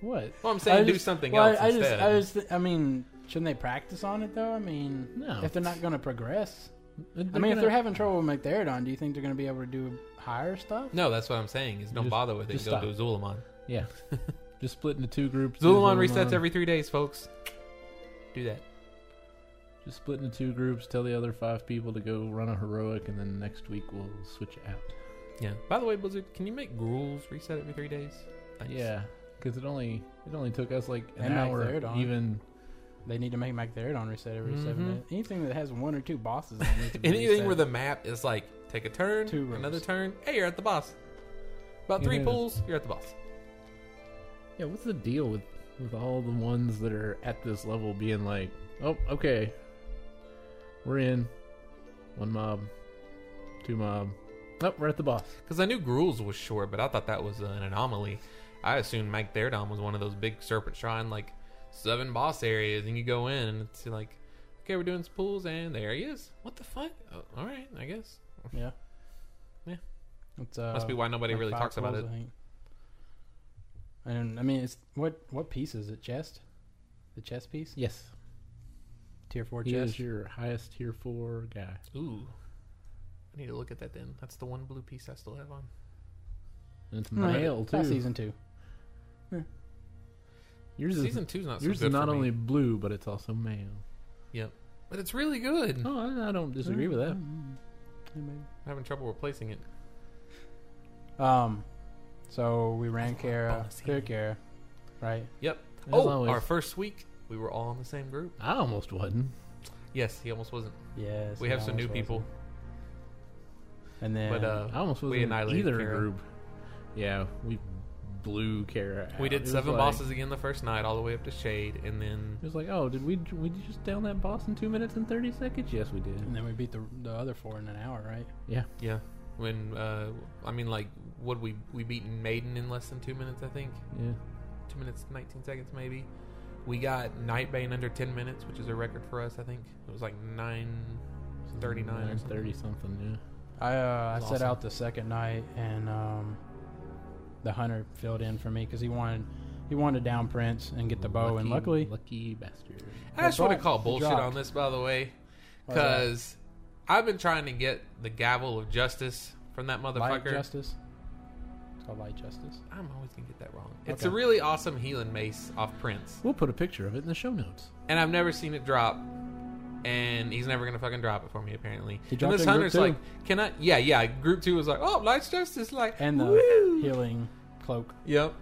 Speaker 1: What?
Speaker 3: Well, I'm saying
Speaker 5: I
Speaker 3: do
Speaker 5: just-
Speaker 3: something
Speaker 5: well,
Speaker 3: else
Speaker 5: I, I
Speaker 3: instead.
Speaker 5: just, I just, I mean, shouldn't they practice on it though? I mean,
Speaker 1: No.
Speaker 5: if they're not going to progress, I mean, if they're having trouble with McTheridon, do you think they're going to be able to do higher stuff?
Speaker 3: No, that's what I'm saying. Is don't
Speaker 1: Just-
Speaker 3: bother with it.
Speaker 1: just
Speaker 3: Go
Speaker 1: stop.
Speaker 3: do Zulamon.
Speaker 1: yeah, just split into two groups. do
Speaker 3: Zulamon resets every three days, folks. Do that.
Speaker 1: Just split into two groups. Tell the other five people to go run a heroic, and then next week we'll switch it out.
Speaker 3: Yeah. By the way, Blizzard, can you make rules reset every three days? Thanks.
Speaker 1: Yeah, because it only it only took us like an
Speaker 5: And Mac
Speaker 1: hour
Speaker 5: Theridon.
Speaker 1: even.
Speaker 5: They need to make McTheridon reset every
Speaker 3: Mhm.
Speaker 5: seven
Speaker 1: Mm-hmm.
Speaker 5: minutes. Anything that has one or two bosses that needs to be
Speaker 3: Anything
Speaker 5: reset.
Speaker 3: where the map is like, take a turn,
Speaker 5: Two rooms.
Speaker 3: another turn. Hey, you're at the boss. About
Speaker 1: You
Speaker 3: three
Speaker 1: know-
Speaker 3: pulls, you're at the boss.
Speaker 1: Yeah, what's the deal with with all the ones that are at this level being like, oh, okay, we're in one mob, two mob. Oh, we're at the boss.
Speaker 3: Because I knew Gruul's was short, but I thought that was uh, an anomaly. I assumed Mike Theridon was one of those big serpent shrine, like seven boss areas, and you go in and it's like, okay, we're doing pools, and there he is. What the fuck? Oh, all right, I guess.
Speaker 5: yeah,
Speaker 3: Yeah.
Speaker 5: It's, uh,
Speaker 3: Must be why nobody
Speaker 5: like
Speaker 3: really
Speaker 5: five
Speaker 3: talks about
Speaker 5: levels,
Speaker 3: it.
Speaker 5: I think. And I mean, it's what what piece is it? Chest, the chest piece,
Speaker 1: Yes,
Speaker 5: tier four
Speaker 1: he
Speaker 5: chest.
Speaker 1: is your highest tier four guy.
Speaker 3: Ooh. I need to look at that then. That's the one blue piece I still have on.
Speaker 1: And it's
Speaker 5: Right.
Speaker 1: male
Speaker 5: That's
Speaker 1: too.
Speaker 5: Season two.
Speaker 1: Yours is
Speaker 3: Season two's not so
Speaker 1: yours
Speaker 3: good
Speaker 1: is not
Speaker 3: for me,
Speaker 1: only blue, but it's also male.
Speaker 3: but it's really good.
Speaker 1: No, I, I don't disagree with that.
Speaker 3: I'm having trouble replacing it.
Speaker 5: Um, so we ran Kara,
Speaker 3: bonus
Speaker 5: clear
Speaker 3: healing.
Speaker 5: Kara, right?
Speaker 3: Yep.
Speaker 1: As
Speaker 3: oh,
Speaker 1: always.
Speaker 3: our first week, we were all in the same group.
Speaker 1: I almost wasn't.
Speaker 3: Yes, he almost wasn't.
Speaker 5: Yes.
Speaker 3: we have
Speaker 5: that
Speaker 3: some new
Speaker 5: was awesome.
Speaker 3: people,
Speaker 5: And then,
Speaker 3: but uh,
Speaker 1: I almost
Speaker 3: we
Speaker 1: wasn't in
Speaker 3: annihilated
Speaker 1: either
Speaker 3: Kara.
Speaker 1: group. Yeah, we blew Kara.
Speaker 3: we
Speaker 1: out. It
Speaker 3: did
Speaker 1: was
Speaker 3: seven
Speaker 1: like-
Speaker 3: bosses again the first night, all the way up to Shade, and then
Speaker 1: It was like, oh, did we we just down that boss in two minutes and thirty seconds? Yes, we did.
Speaker 5: and then we beat the the other four in an hour, right?
Speaker 3: yeah, when uh, I mean like what we we beaten Maiden in less than two minutes, I think
Speaker 1: Yeah,
Speaker 3: two minutes nineteen seconds maybe. We got Nightbane under ten minutes, which is a record for us. I think it was like nine thirty nine or something.
Speaker 1: thirty something.
Speaker 5: I uh, I
Speaker 3: That's
Speaker 5: set
Speaker 3: awesome.
Speaker 5: out the second night, and um, the hunter filled in for me because he wanted he wanted to down Prince and
Speaker 1: Yeah,
Speaker 5: get the bow, and
Speaker 1: Lucky-
Speaker 5: luckily,
Speaker 1: lucky bastard.
Speaker 3: I just want to
Speaker 5: dropped.
Speaker 3: call
Speaker 5: It
Speaker 3: bullshit
Speaker 5: dropped.
Speaker 3: on this, by the way,
Speaker 5: Oh, yeah.
Speaker 3: because I've been trying to get the gavel of justice from that
Speaker 5: light
Speaker 3: motherfucker.
Speaker 5: justice. It's called light justice.
Speaker 3: I'm always gonna get that wrong. It's a
Speaker 5: Okay.
Speaker 3: really awesome healing mace off Prince,
Speaker 1: We'll put a picture of it in the show notes.
Speaker 3: and I've never seen it drop. And he's never gonna fucking drop it for me, apparently.
Speaker 5: He
Speaker 3: and
Speaker 5: dropped
Speaker 3: this
Speaker 5: it in
Speaker 3: hunter's
Speaker 5: group two.
Speaker 3: like, "Can I?" Yeah, yeah. Group two was like, "Oh, Light's Justice!" Like,
Speaker 5: And uh, the
Speaker 3: woo!
Speaker 5: healing cloak.
Speaker 3: Yep.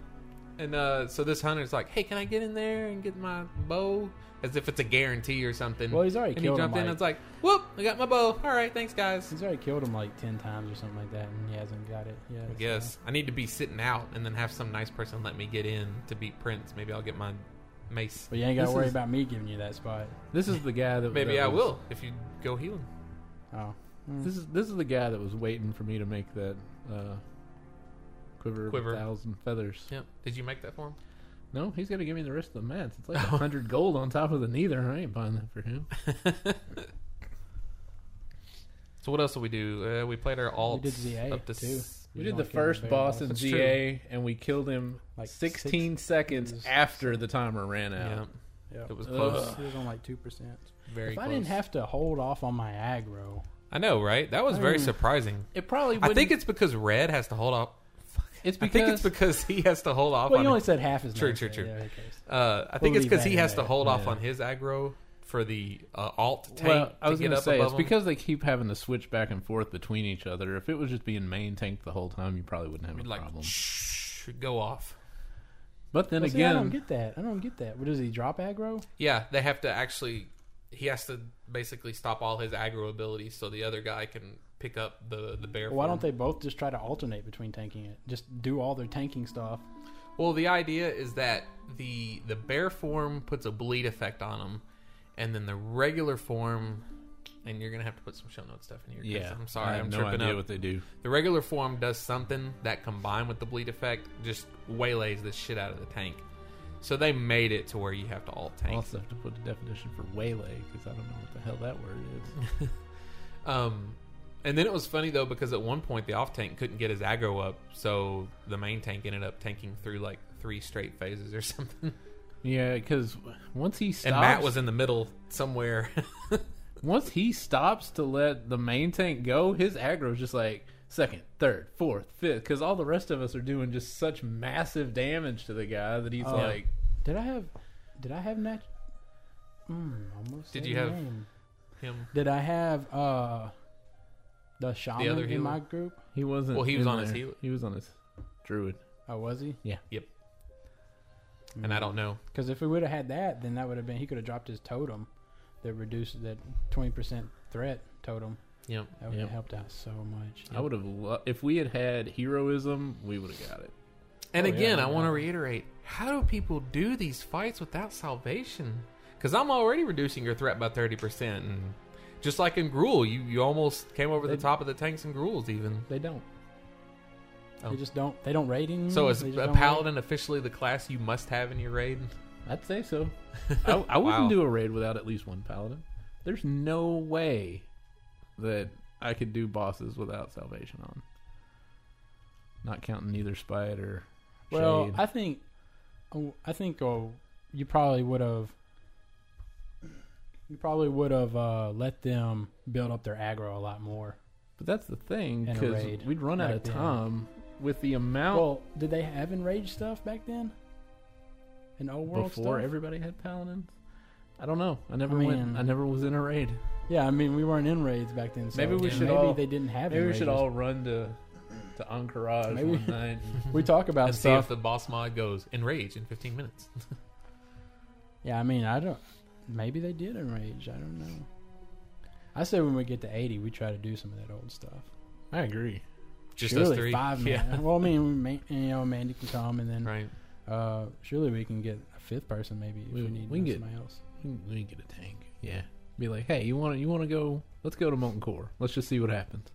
Speaker 3: And uh, so this hunter's like, "Hey, can I get in there and get my bow?" As if it's a guarantee or something.
Speaker 5: Well, he's already
Speaker 3: and he
Speaker 5: killed him.
Speaker 3: jumped in.
Speaker 5: Like,
Speaker 3: and It's like, "Whoop! I got my bow. All right, thanks, guys."
Speaker 5: he's already killed him like ten times or something like that, and he hasn't got it. Yeah.
Speaker 3: I guess I need to be sitting out and then have some nice person let me get in to beat Prince. Maybe I'll get my mace.
Speaker 5: But you ain't got to
Speaker 1: This
Speaker 5: worry
Speaker 1: is-
Speaker 5: about me giving you that spot.
Speaker 1: This is the guy that
Speaker 3: Maybe
Speaker 1: that
Speaker 3: I
Speaker 1: was-
Speaker 3: will if you go heal him.
Speaker 5: Oh.
Speaker 1: This is this is the guy that was waiting for me to make that uh, quiver,
Speaker 3: Quiver.
Speaker 1: of a thousand feathers.
Speaker 3: Yep. Did you make that for him?
Speaker 1: No, he's got to give me the rest of the mats. It's like a hundred gold on top of the neither. I ain't buying that for him.
Speaker 3: So what else did we do? Uh, we played our alts.
Speaker 5: did ZA
Speaker 3: up to
Speaker 5: too.
Speaker 3: s-
Speaker 1: We
Speaker 5: You
Speaker 1: did the
Speaker 5: know, I killed him
Speaker 1: first
Speaker 5: very
Speaker 1: boss
Speaker 5: well.
Speaker 1: in
Speaker 3: That's
Speaker 1: GA, and we killed him
Speaker 5: Like
Speaker 1: sixteen seconds
Speaker 5: Just-
Speaker 1: after the timer ran out.
Speaker 3: Yeah,
Speaker 5: Yeah.
Speaker 3: it was close.
Speaker 5: He was on like two percent.
Speaker 3: Very
Speaker 5: If
Speaker 3: close.
Speaker 5: I didn't have to hold off on my aggro,
Speaker 3: I know, right? That was very
Speaker 5: Mm.
Speaker 3: surprising.
Speaker 1: It probably.
Speaker 3: I
Speaker 1: Wouldn't,
Speaker 3: think it's because Red has to hold off.
Speaker 1: it's
Speaker 3: I
Speaker 1: because
Speaker 3: think it's because he has to hold off
Speaker 5: well,
Speaker 3: on.
Speaker 5: you only said half as
Speaker 3: True,
Speaker 5: much.
Speaker 3: true, true.
Speaker 5: Yeah, who cares?
Speaker 3: uh, I think
Speaker 5: We'll
Speaker 3: it's because
Speaker 5: leave
Speaker 3: he
Speaker 5: that
Speaker 3: has
Speaker 5: in
Speaker 3: to
Speaker 5: there.
Speaker 3: hold off
Speaker 1: Yeah.
Speaker 3: on his aggro for the uh, alt tank
Speaker 1: well, I was
Speaker 3: to get
Speaker 1: going to
Speaker 3: up
Speaker 1: say
Speaker 3: above
Speaker 1: it's
Speaker 3: him.
Speaker 1: because they keep having to switch back and forth between each other. If it was just being main tanked the whole time, you probably wouldn't have
Speaker 3: We'd
Speaker 1: a
Speaker 3: like
Speaker 1: problem.
Speaker 3: shh, go off.
Speaker 1: But then
Speaker 5: Well, see, I don't
Speaker 1: again,
Speaker 5: get that. I don't get that. What does he drop aggro?
Speaker 3: Yeah, they have to actually. He has to basically stop all his aggro abilities so the other guy can pick up the the bear.
Speaker 5: Why
Speaker 3: form.
Speaker 5: don't they both just try to alternate between tanking it? Just do all their tanking stuff.
Speaker 3: Well, the idea is that the the bear form puts a bleed effect on him, and then the regular form. And you're gonna have to put some show note stuff in here. 'cause
Speaker 1: yeah,
Speaker 3: I'm sorry,
Speaker 1: I have
Speaker 3: I'm
Speaker 1: no
Speaker 3: tripping
Speaker 1: idea
Speaker 3: up.
Speaker 1: what they do.
Speaker 3: The regular form does something that combined with the bleed effect just waylays the shit out of the tank. So they made it to where you have to alt
Speaker 1: I
Speaker 3: tank.
Speaker 1: also have to put a definition for waylay because I don't know what the hell that word is.
Speaker 3: Um, and then it was funny though because at one point the off tank couldn't get his aggro up, so the main tank ended up tanking through like three straight phases or something.
Speaker 1: yeah, because once he stops,
Speaker 3: And Matt was in the middle somewhere.
Speaker 1: once he stops to let the main tank go, his aggro is just like second, third, fourth, fifth, because all the rest of us are doing just such massive damage to the guy that he's
Speaker 5: Oh.
Speaker 1: like,
Speaker 5: Did I have? Did I have nat? Mm, almost
Speaker 3: Did
Speaker 5: said
Speaker 3: you
Speaker 5: the
Speaker 3: have-
Speaker 5: name.
Speaker 3: Him.
Speaker 5: Did I have uh the shaman
Speaker 3: other
Speaker 5: in
Speaker 3: healer?
Speaker 5: my group?
Speaker 1: he wasn't.
Speaker 3: Well, he was
Speaker 1: in
Speaker 3: on his
Speaker 1: there.
Speaker 3: heal-
Speaker 1: He was on his druid.
Speaker 5: Oh, was he?
Speaker 3: And I don't know.
Speaker 5: Because if we would have had that, then that would have been he could have dropped his totem that reduced that twenty percent threat totem.
Speaker 3: Yep.
Speaker 5: That would have
Speaker 1: Yep.
Speaker 5: helped out so much.
Speaker 1: I would have lo- if we had had heroism, we would have got it.
Speaker 3: And
Speaker 5: Oh, yeah,
Speaker 3: again, I
Speaker 5: yeah.
Speaker 3: want to reiterate: How do people do these fights without salvation? Because I'm already reducing your threat by thirty percent, and just like in Gruul, you, you almost came over the
Speaker 5: They- Mm-hmm.
Speaker 3: top of the tanks and Gruuls even.
Speaker 1: They don't.
Speaker 3: Oh.
Speaker 5: They just don't. They don't rate him.
Speaker 3: So is
Speaker 5: They just
Speaker 3: a
Speaker 5: don't rate-
Speaker 3: paladin officially the class you must have in your raid?
Speaker 1: I'd say so. I, I wouldn't
Speaker 3: Wow.
Speaker 1: do a raid without at least one paladin. There's no way that I could do bosses without salvation on. Not counting neither spite or
Speaker 5: Well,
Speaker 1: Shade.
Speaker 5: I think, oh, I think oh, you probably would have. You probably would have uh, let them build up their aggro a lot more.
Speaker 1: but that's the thing
Speaker 5: And a
Speaker 1: because
Speaker 5: raid
Speaker 1: we'd run out
Speaker 5: back
Speaker 1: of
Speaker 5: then.
Speaker 1: time with the amount
Speaker 5: Well, did they have enraged stuff back then? In old world
Speaker 1: before
Speaker 5: stuff?
Speaker 1: everybody had paladins. I don't know. I never
Speaker 5: mean-
Speaker 1: went. I never was in a raid.
Speaker 5: yeah, I mean we weren't in raids back then. So
Speaker 1: Maybe we
Speaker 5: yeah,
Speaker 1: should
Speaker 5: Maybe
Speaker 1: all-
Speaker 5: they didn't have.
Speaker 1: Maybe we
Speaker 5: enrages.
Speaker 1: should all run to to Ankaraj
Speaker 5: Maybe-
Speaker 1: one night.
Speaker 5: We talk about
Speaker 3: And see if
Speaker 5: stuff.
Speaker 3: the boss mod goes enrage in fifteen minutes.
Speaker 5: yeah, I mean I don't. Maybe they did enrage. I don't know. I say when we get to eighty, we try to do some of that old stuff.
Speaker 1: I agree.
Speaker 3: Just
Speaker 5: surely
Speaker 3: us three,
Speaker 5: five man.
Speaker 3: yeah,
Speaker 5: Well, I mean, we may, you know, Mandy can come, and then
Speaker 3: right.
Speaker 5: uh, surely we can get a fifth person, maybe if
Speaker 1: We-
Speaker 5: we, need
Speaker 1: we can get-
Speaker 5: somebody else.
Speaker 1: We can, we can get a tank. Yeah. Be like, hey, you want to you want to go? Let's go to Molten Core. Let's just see what happens.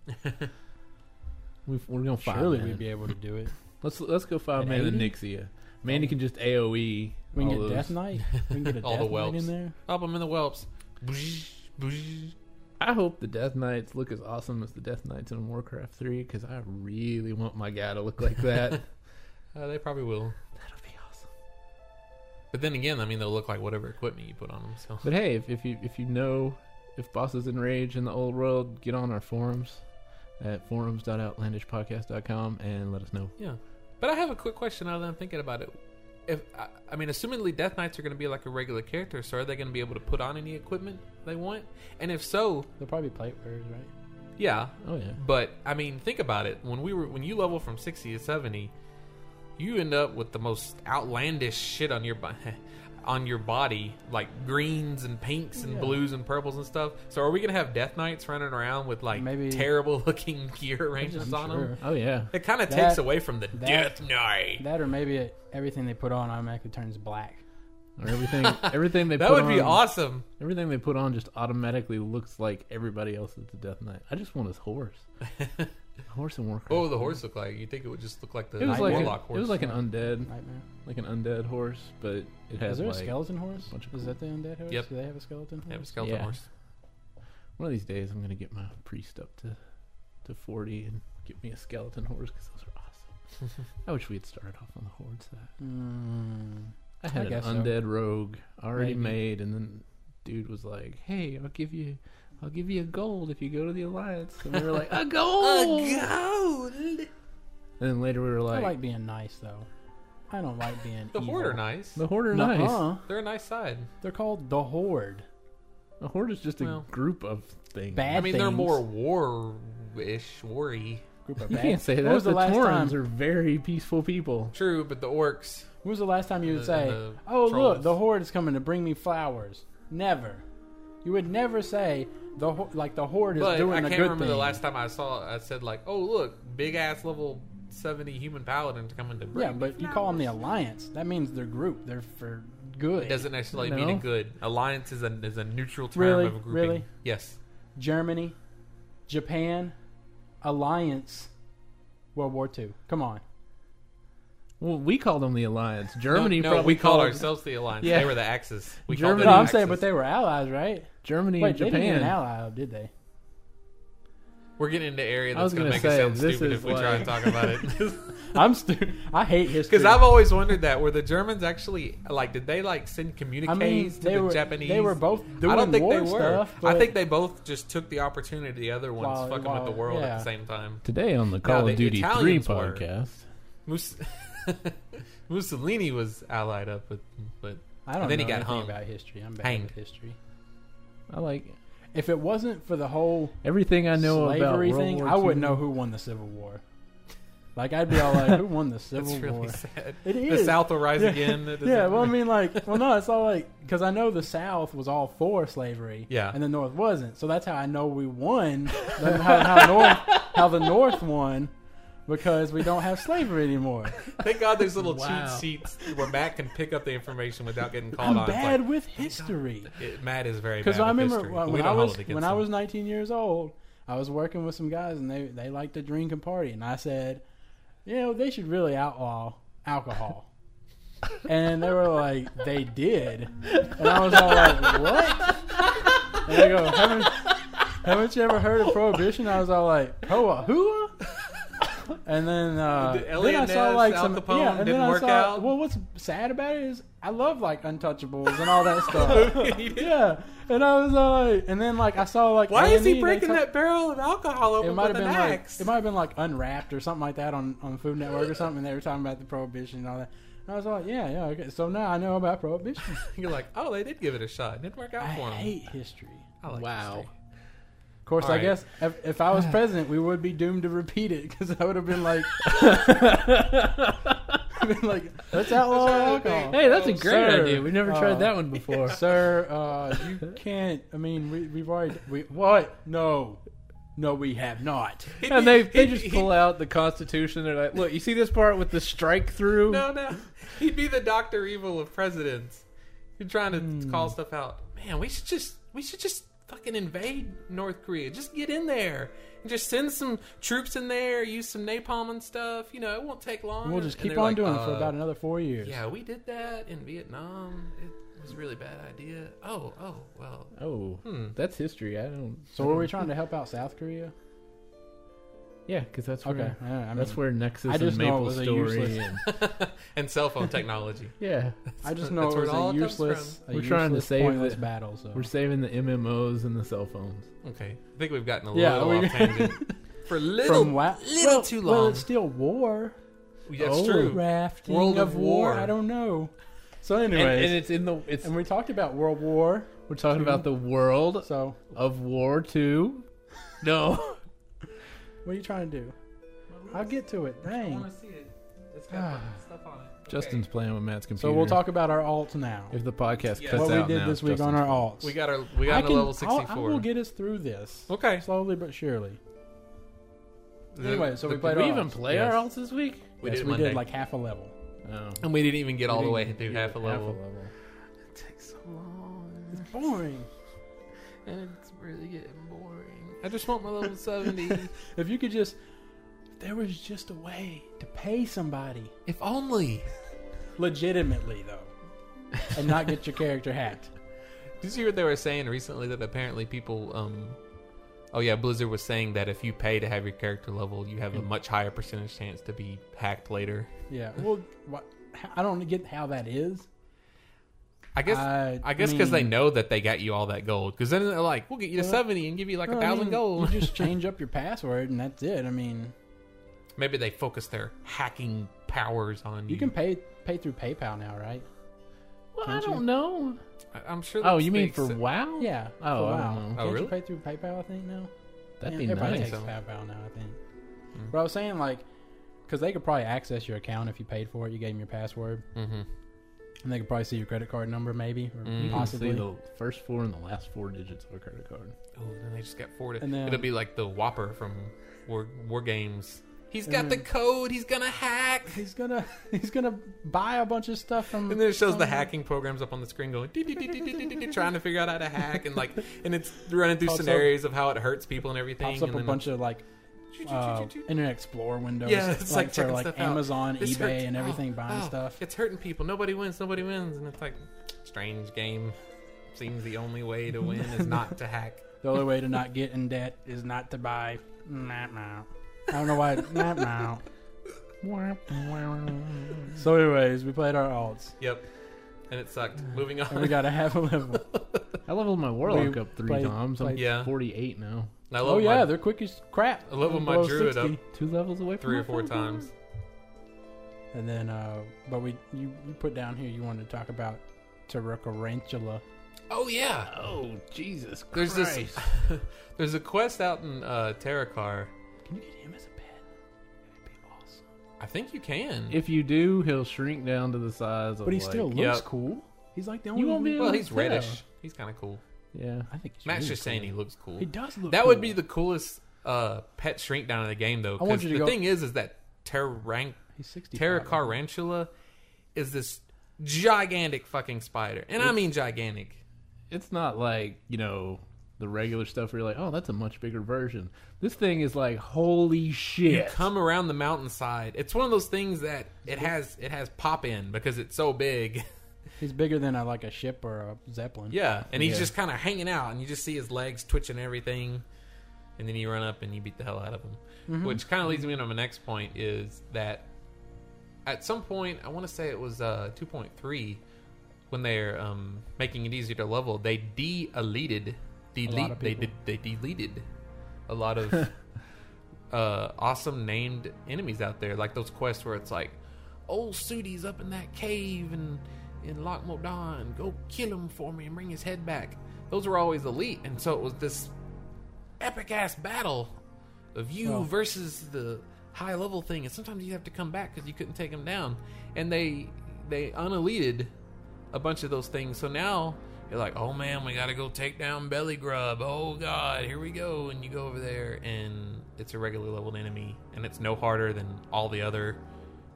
Speaker 1: We've, we're gonna five.
Speaker 5: Surely
Speaker 1: man.
Speaker 5: we'd be able to do it.
Speaker 1: Let's let's go five
Speaker 5: At
Speaker 1: man and
Speaker 5: 80?
Speaker 1: Nixia. Mandy can just AOE.
Speaker 5: E? We can
Speaker 1: all
Speaker 5: get
Speaker 1: those.
Speaker 5: Death Knight. We can get a
Speaker 3: All the
Speaker 5: Death Knight
Speaker 3: whelps.
Speaker 5: in there.
Speaker 3: Up them in the whelps. Boosh, boosh.
Speaker 1: I hope the Death Knights look as awesome as the Death Knights in Warcraft Three because I really want my guy to look like that. That'll
Speaker 3: Uh, they probably will.
Speaker 1: be awesome.
Speaker 3: But then again, I mean, they'll look like whatever equipment you put on them. So
Speaker 1: But hey, if, if you if you know if bosses enrage in the old world, get on our forums at forums.outlandishpodcast.com and let us know.
Speaker 3: Yeah, but I have a quick question. Now that I'm thinking about it, if I, I mean, assumingly Death Knights are going to be like a regular character, so are they going to be able to put on any equipment they want? And if so,
Speaker 5: They'll probably be plate wearers, right?
Speaker 3: yeah.
Speaker 1: Oh yeah.
Speaker 3: But I mean, think about it. When we were when you level from sixty to seventy, you end up with the most outlandish shit on your body. On your body, like greens and pinks and blues and purples and stuff. So, are we gonna have Death Knights running around with like
Speaker 5: Maybe-
Speaker 3: terrible looking gear arrangements on
Speaker 5: I'm
Speaker 3: them?
Speaker 5: sure.
Speaker 1: Oh yeah.
Speaker 3: It kind of
Speaker 5: That-
Speaker 3: takes away from the
Speaker 5: that-
Speaker 3: Death Knight.
Speaker 5: That or maybe it, everything they put on automatically turns black.
Speaker 1: Or everything everything they
Speaker 3: That
Speaker 1: put
Speaker 3: would be
Speaker 1: on-
Speaker 3: awesome.
Speaker 1: Everything they put on just automatically looks like everybody else at the Death Knight. I just want his horse. horse and Warcraft.
Speaker 3: What would Oh, the horse look like? You think it would just look like the
Speaker 1: it was like a-
Speaker 3: warlock horse?
Speaker 1: it was like an undead,
Speaker 5: Nightmare.
Speaker 1: like an undead horse, but it has
Speaker 5: Is there
Speaker 1: like
Speaker 5: a skeleton horse?
Speaker 1: bunch of
Speaker 5: Is that the undead horse?
Speaker 3: Yep.
Speaker 5: Do they have a skeleton horse?
Speaker 3: yeah, it was a skeleton
Speaker 1: Yeah.
Speaker 3: horse.
Speaker 1: one of these days I'm gonna get my priest up to to forty and get me a skeleton horse because those are awesome. I wish we had started off on the horde side.
Speaker 5: Mm,
Speaker 1: I had an
Speaker 5: guess so.
Speaker 1: undead rogue already
Speaker 5: Maybe.
Speaker 1: made, and then dude was like, "Hey, I'll give you, I'll give you a gold if you go to the alliance." And we were like, "A gold, Oh!
Speaker 3: gold.
Speaker 1: And then later we were
Speaker 5: I
Speaker 1: like,
Speaker 5: like being nice though. I don't like being
Speaker 3: The
Speaker 5: evil.
Speaker 3: horde are nice.
Speaker 1: "The horde are nice.
Speaker 5: Nuh-uh.
Speaker 3: They're a nice side.
Speaker 5: They're called the horde.
Speaker 1: A horde is just a
Speaker 3: Well.
Speaker 1: group of things."
Speaker 5: Bad
Speaker 3: I mean, they're
Speaker 5: things.
Speaker 3: more war-ish, war-y.
Speaker 5: group of
Speaker 1: You
Speaker 5: bad.
Speaker 1: can't say that.
Speaker 5: When was
Speaker 1: the
Speaker 5: the last
Speaker 1: Taurans
Speaker 5: time-
Speaker 1: are very peaceful people.
Speaker 3: True, but the orcs.
Speaker 5: When was the last time you would
Speaker 3: The-
Speaker 5: say,
Speaker 3: the
Speaker 5: "Oh,
Speaker 3: trolls.
Speaker 5: look, the horde is coming to bring me flowers"? Never. You would never say the ho- like the horde is
Speaker 3: But
Speaker 5: doing
Speaker 3: I
Speaker 5: a
Speaker 3: can't
Speaker 5: good
Speaker 3: remember
Speaker 5: thing.
Speaker 3: the last time I saw. I said like, "Oh, look, big ass level seventy human paladin coming to bring."
Speaker 5: yeah, but you call them the alliance. That means they're group. They're for good.
Speaker 3: It doesn't necessarily
Speaker 1: No.
Speaker 3: mean a good alliance is a is a neutral term
Speaker 5: Really?
Speaker 3: of a grouping.
Speaker 5: Really?
Speaker 3: Yes.
Speaker 5: Germany, Japan, alliance, World War II. Come on.
Speaker 1: Well, we call them the alliance. Germany
Speaker 3: No, no,
Speaker 1: probably
Speaker 3: we called
Speaker 1: called-
Speaker 3: ourselves the alliance.
Speaker 1: Yeah.
Speaker 3: They were the Axis. We
Speaker 1: Germany-
Speaker 5: No,
Speaker 3: called
Speaker 5: I'm
Speaker 3: them the
Speaker 5: saying, but
Speaker 3: Axis.
Speaker 5: they were allies, right?
Speaker 1: Germany
Speaker 5: Wait,
Speaker 1: and
Speaker 5: they didn't get an
Speaker 1: Japan.
Speaker 5: ally, did they?
Speaker 3: We're getting into area
Speaker 1: I
Speaker 3: that's
Speaker 1: was
Speaker 3: going to make
Speaker 1: gonna say,
Speaker 3: it sound
Speaker 1: this
Speaker 3: stupid
Speaker 1: is
Speaker 3: if we try and
Speaker 1: like-
Speaker 3: talk about it.
Speaker 5: I'm stu- I hate history.
Speaker 3: Because I've always wondered that. Were the Germans actually like? Did they like send
Speaker 5: I
Speaker 3: communiques
Speaker 5: mean,
Speaker 3: to
Speaker 5: they
Speaker 3: the
Speaker 5: were
Speaker 3: Japanese?
Speaker 5: they were both doing
Speaker 3: I don't think
Speaker 5: war
Speaker 3: they were.
Speaker 5: stuff.
Speaker 3: I
Speaker 5: but-
Speaker 3: think they both just took the opportunity the other one's
Speaker 5: While-
Speaker 3: fucking
Speaker 5: while-
Speaker 3: with the world at
Speaker 5: yeah.
Speaker 3: the same time.
Speaker 1: Today on the Call
Speaker 3: the
Speaker 1: of Duty
Speaker 3: Italians
Speaker 1: 3
Speaker 3: were.
Speaker 1: podcast,
Speaker 3: Muss- Mussolini was allied up with, but
Speaker 5: I don't
Speaker 3: then
Speaker 5: know
Speaker 3: he got
Speaker 5: anything
Speaker 3: hung.
Speaker 5: about history. I'm bad
Speaker 3: Hanged.
Speaker 5: with history.
Speaker 1: I like
Speaker 5: If it wasn't for the whole
Speaker 1: everything I know about
Speaker 5: slavery
Speaker 1: World
Speaker 5: thing,
Speaker 1: War
Speaker 5: I wouldn't
Speaker 1: II.
Speaker 5: know who won the Civil War. Like I'd be all like, who won the Civil
Speaker 3: that's really
Speaker 5: War?
Speaker 3: sad.
Speaker 5: It
Speaker 3: The
Speaker 5: is.
Speaker 3: South will rise
Speaker 5: Yeah.
Speaker 3: again. That
Speaker 5: yeah,
Speaker 3: doesn't-
Speaker 5: well, I mean, like, well, no, it's all like because I know the South was all for slavery,
Speaker 3: Yeah.
Speaker 5: and the North wasn't, so that's how I know we won. then how, how, North, how the North won because we don't have slavery anymore.
Speaker 3: Thank God there's little
Speaker 2: Wow.
Speaker 3: cheat sheets where Matt can pick up the information without getting called
Speaker 5: I'm
Speaker 3: on. It's
Speaker 5: bad
Speaker 3: like,
Speaker 5: with history
Speaker 3: it- Matt is very
Speaker 5: because
Speaker 3: bad
Speaker 5: I
Speaker 3: with
Speaker 5: remember
Speaker 3: history.
Speaker 5: when,
Speaker 3: We
Speaker 5: when
Speaker 3: don't
Speaker 5: I
Speaker 3: hold
Speaker 5: was
Speaker 3: it against
Speaker 5: when I
Speaker 3: him.
Speaker 5: was 19 years old, I was working with some guys and they they liked to drink and party, and I said, you know, they should really outlaw alcohol. And they were like, they did. And I was all like, what? And they go, haven't, haven't you ever heard of prohibition? I was all like, proa hua? And then, uh,
Speaker 3: Did
Speaker 5: then I saw
Speaker 3: Elianez,
Speaker 5: like
Speaker 3: Al
Speaker 5: some,
Speaker 3: Capone
Speaker 5: yeah, and
Speaker 3: didn't
Speaker 5: then I
Speaker 3: work
Speaker 5: saw,
Speaker 3: out?
Speaker 5: well, what's sad about it is I love like untouchables and all that stuff.
Speaker 3: He did.
Speaker 5: yeah. And I was all like, and then like I saw like,
Speaker 3: Why is
Speaker 5: A&E,
Speaker 3: he
Speaker 5: they
Speaker 3: breaking
Speaker 5: talk-
Speaker 3: that barrel of alcohol
Speaker 5: it
Speaker 3: open
Speaker 5: might
Speaker 3: with
Speaker 5: have
Speaker 3: an
Speaker 5: been like
Speaker 3: axe?
Speaker 5: it might have been like unwrapped or something like that on on Food Network or something. And they were talking about the prohibition and all that. And I was like, yeah, yeah, okay. So now I know about prohibition.
Speaker 3: You're like, oh, they did give it a shot. It didn't work out
Speaker 5: I
Speaker 3: for him.
Speaker 5: hate history.
Speaker 3: I like
Speaker 2: Wow.
Speaker 3: history.
Speaker 5: Of course,
Speaker 3: All
Speaker 5: I
Speaker 3: right.
Speaker 5: guess if, if I was president, we would be doomed to repeat it because I would have been like, been like, let's outlaw
Speaker 3: That's right.
Speaker 5: alcohol.
Speaker 1: Hey, that's a great
Speaker 5: Oh, Sir,
Speaker 1: idea. We've never
Speaker 5: uh,
Speaker 1: tried that one before.
Speaker 5: Sir, uh, you can't. I mean, we, we've already. We, what? No, no, we have not.
Speaker 1: And they, they just pull out the Constitution. They're like, look, you see this part with the strike through?
Speaker 3: No, no. He'd be the Doctor Evil of presidents. You're trying to
Speaker 5: Hmm.
Speaker 3: call stuff out. Man, we should just we should just fucking invade North Korea. Just get in there and just send some troops in there. Use some napalm and stuff. You know, it won't take long.
Speaker 5: We'll just
Speaker 3: And
Speaker 5: keep
Speaker 3: they're
Speaker 5: on
Speaker 3: like,
Speaker 5: doing it for
Speaker 3: uh,
Speaker 5: about another four years.
Speaker 3: Yeah, we did that in Vietnam. It was a really bad idea. Oh, oh, well.
Speaker 1: Oh,
Speaker 3: Hmm.
Speaker 1: that's history. I don't.
Speaker 5: So were we trying to help out South Korea?
Speaker 1: Yeah, because that's where
Speaker 5: Okay, yeah, I mean,
Speaker 1: that's where Nexus
Speaker 5: I just
Speaker 1: and
Speaker 5: know it
Speaker 1: Maple
Speaker 5: was a
Speaker 1: Story.
Speaker 5: useless-
Speaker 1: and-
Speaker 3: and cell phone technology.
Speaker 1: yeah,
Speaker 5: I just know
Speaker 3: that's
Speaker 5: it
Speaker 3: where
Speaker 5: was
Speaker 3: it all
Speaker 5: a
Speaker 3: comes
Speaker 5: useless. A
Speaker 1: We're trying to
Speaker 5: useless,
Speaker 1: save
Speaker 5: pointless
Speaker 1: the-
Speaker 5: battle. So
Speaker 1: we're saving the MMOs and the cell phones.
Speaker 3: Okay, I think we've gotten a
Speaker 5: Yeah,
Speaker 3: little
Speaker 5: we-
Speaker 3: off tangent for little,
Speaker 5: wa-
Speaker 3: little
Speaker 5: well,
Speaker 3: too
Speaker 5: Well,
Speaker 3: long.
Speaker 5: it's still war.
Speaker 3: That's
Speaker 1: Oh.
Speaker 3: true.
Speaker 5: Rafting
Speaker 3: World
Speaker 5: of
Speaker 3: of
Speaker 5: war.
Speaker 3: War.
Speaker 5: I don't know. So,
Speaker 1: And,
Speaker 5: anyways, and,
Speaker 1: and it's in the it's
Speaker 5: we talked about World War.
Speaker 1: we're talking about the world
Speaker 5: So,
Speaker 1: of War Two. No,
Speaker 5: what are you trying to do? I'll get to it. Dang.
Speaker 3: see it. It's
Speaker 5: got
Speaker 3: stuff on it.
Speaker 1: Justin's playing with Matt's computer.
Speaker 5: So we'll talk about our alts now.
Speaker 1: if the podcast
Speaker 3: Yeah.
Speaker 1: cuts
Speaker 5: What we
Speaker 1: out
Speaker 5: did
Speaker 1: now,
Speaker 5: this
Speaker 1: it's
Speaker 5: week on
Speaker 1: Justin's
Speaker 5: our
Speaker 1: fault.
Speaker 5: alts.
Speaker 3: We got our we got
Speaker 5: I
Speaker 3: on a
Speaker 5: can-
Speaker 3: level
Speaker 5: I'll-
Speaker 3: sixty
Speaker 5: I
Speaker 3: four.
Speaker 5: will get us through this
Speaker 3: okay.
Speaker 5: slowly but surely.
Speaker 3: The-
Speaker 5: anyway, so we
Speaker 3: the-
Speaker 5: played
Speaker 1: Did we
Speaker 5: our
Speaker 1: even
Speaker 5: alts.
Speaker 1: play
Speaker 3: Yes.
Speaker 1: our alts this week?
Speaker 3: We
Speaker 5: yes,
Speaker 3: did it
Speaker 5: we
Speaker 3: Monday.
Speaker 5: did like half a level.
Speaker 1: Oh.
Speaker 3: and we didn't even get all the way through
Speaker 1: through
Speaker 3: half a level.
Speaker 1: level.
Speaker 3: It takes so long,
Speaker 5: Boring.
Speaker 3: and it's really getting boring. I just want my level seventy.
Speaker 5: If you could just, if there was just a way to pay somebody
Speaker 3: if only.
Speaker 5: legitimately though, and not get your character hacked.
Speaker 3: Did you hear what they were saying recently? That apparently people. um Oh yeah, Blizzard was saying that if you pay to have your character level, you
Speaker 5: Mm.
Speaker 3: have a much higher percentage chance to be hacked later.
Speaker 5: Yeah. Well, what, I don't get how that is.
Speaker 3: I guess
Speaker 5: I,
Speaker 3: I guess because they
Speaker 5: mean,
Speaker 3: know that they got you all that gold. Because then they're like, we'll get you to
Speaker 5: Well,
Speaker 3: 70 and give you like a
Speaker 5: no, I
Speaker 3: thousand
Speaker 5: mean,
Speaker 3: gold.
Speaker 5: You just change up your password and that's it. I mean,
Speaker 3: Maybe they focus their hacking powers on you.
Speaker 5: you can pay pay through PayPal now, right?
Speaker 1: Well, I
Speaker 5: Can't you?
Speaker 1: don't know.
Speaker 3: I- I'm sure.
Speaker 1: Oh,
Speaker 3: that's
Speaker 1: you
Speaker 3: the
Speaker 1: mean for
Speaker 3: ex-
Speaker 1: WoW?
Speaker 5: Yeah.
Speaker 1: Oh,
Speaker 5: for
Speaker 1: I
Speaker 5: WoW.
Speaker 1: don't know.
Speaker 5: Can't
Speaker 3: Oh, really?
Speaker 5: you pay through PayPal? I think now.
Speaker 1: That'd
Speaker 5: Yeah,
Speaker 1: be
Speaker 5: everybody
Speaker 1: nice.
Speaker 5: takes
Speaker 3: So-
Speaker 5: PayPal now. I think.
Speaker 3: Mm-hmm.
Speaker 5: But I was saying like, because they could probably access your account if you paid for it. You gave them your password,
Speaker 3: Mhm.
Speaker 5: and they could probably see your credit card number, maybe, or
Speaker 3: Mm. You can
Speaker 5: possibly.
Speaker 1: You can see the first four and the last four digits of a credit card.
Speaker 3: Oh, then they just got forwarded.
Speaker 5: And then-
Speaker 3: It'll be like the Whopper from War, War Games. He's
Speaker 5: And
Speaker 3: got the
Speaker 5: then-
Speaker 3: code. He's gonna hack.
Speaker 5: He's gonna he's gonna buy a bunch of stuff from.
Speaker 3: And then it shows the
Speaker 5: from-
Speaker 3: hacking programs up on the screen going, "Dee, dee, dee, dee, dee, dee, dee, dee," trying to figure out how to hack and like, and it's running through
Speaker 5: Pops up-
Speaker 3: scenarios of how it hurts people and everything.
Speaker 5: Pops up
Speaker 3: and
Speaker 5: a
Speaker 3: then-
Speaker 5: bunch of like
Speaker 3: Choo, choo, choo,
Speaker 5: uh,
Speaker 3: choo, choo.
Speaker 5: Internet Explorer windows.
Speaker 3: Yeah, it's like
Speaker 5: for
Speaker 3: checking
Speaker 5: like
Speaker 3: stuff out.
Speaker 5: Amazon,
Speaker 3: This
Speaker 5: eBay,
Speaker 3: hurts.
Speaker 5: and
Speaker 3: Oh,
Speaker 5: everything buying
Speaker 3: oh,
Speaker 5: stuff.
Speaker 3: It's hurting people. Nobody wins. Nobody wins. And it's like, strange game. Seems the only way to win is not to hack.
Speaker 5: The only way to not get in debt is not to buy Nah, nah. I don't know why. nah, nah. So, anyways, we played our alts.
Speaker 3: Yep. And it sucked. Moving
Speaker 5: And we
Speaker 3: on.
Speaker 5: got a half a level.
Speaker 1: I leveled my warlock up three
Speaker 5: played-
Speaker 1: times. I'm
Speaker 5: played-
Speaker 3: Yeah.
Speaker 1: 48 now.
Speaker 3: I love
Speaker 5: Oh, yeah,
Speaker 3: my-
Speaker 5: they're quick as crap.
Speaker 3: I love when my
Speaker 5: Below
Speaker 3: druid up
Speaker 5: 60.
Speaker 1: Two levels away from
Speaker 3: three or
Speaker 1: my
Speaker 3: four
Speaker 1: full
Speaker 3: times.
Speaker 1: warlock.
Speaker 5: And then, uh, but we you, you put down here you wanted to talk about Tarantula.
Speaker 3: Oh yeah.
Speaker 1: Oh, Jesus
Speaker 3: There's
Speaker 1: Christ.
Speaker 3: this- There's a quest out in uh, Terrakar.
Speaker 5: Can you get him as a pet? That'd be awesome.
Speaker 3: I think you can.
Speaker 1: If you do, he'll shrink down to the size of
Speaker 5: But he
Speaker 1: like-
Speaker 5: still looks
Speaker 3: Yep.
Speaker 5: cool. He's like the only
Speaker 1: You won't be
Speaker 5: one-
Speaker 1: able
Speaker 3: well,
Speaker 1: to
Speaker 3: he's
Speaker 1: tell.
Speaker 3: reddish. He's kind of cool.
Speaker 1: Yeah.
Speaker 5: I think he's
Speaker 3: Matt's
Speaker 5: really
Speaker 3: just
Speaker 5: cool.
Speaker 3: saying he looks cool.
Speaker 5: He does look.
Speaker 3: That would be
Speaker 5: cool.
Speaker 3: the coolest uh, pet shrink down in the game, though.
Speaker 5: I want
Speaker 3: Because
Speaker 5: you to
Speaker 3: the
Speaker 5: go-
Speaker 3: thing is, is that Terran-
Speaker 5: He's 60.
Speaker 3: Terracarantula is this gigantic fucking spider, and I mean gigantic.
Speaker 1: It's not like, you know, the regular stuff where you're like, oh, that's a much bigger version. This thing is like, holy shit.
Speaker 3: Come around the mountainside. It's one of those things that it has it has pop in because it's so big.
Speaker 5: He's bigger than a, like a ship or a zeppelin.
Speaker 3: yeah, and he's
Speaker 1: Yeah.
Speaker 3: just kind of hanging out, and you just see his legs twitching and everything, and then you run up and you beat the hell out of him.
Speaker 5: Mm-hmm.
Speaker 3: Which kind of leads me into my next point is that at some point, I want to say it was uh, 2.3, when they're um, making it easier to level, they de-elited, delete,
Speaker 5: of
Speaker 3: they
Speaker 5: people.
Speaker 3: did- they deleted a lot of uh, awesome named enemies out there, like those quests where it's like, old Sudie's up in that cave and in Loch Modan, go kill him for me and bring his head back. Those were always elite, and so it was this epic ass battle of you
Speaker 5: Well-
Speaker 3: versus the high level thing, and sometimes you have to come back because you couldn't take them down. And they they uneleted a bunch of those things. So now you're like, oh man, we gotta go take down Belly Grub. Oh god, here we go. And you go over there, and it's a regular leveled enemy, and it's no harder than all the other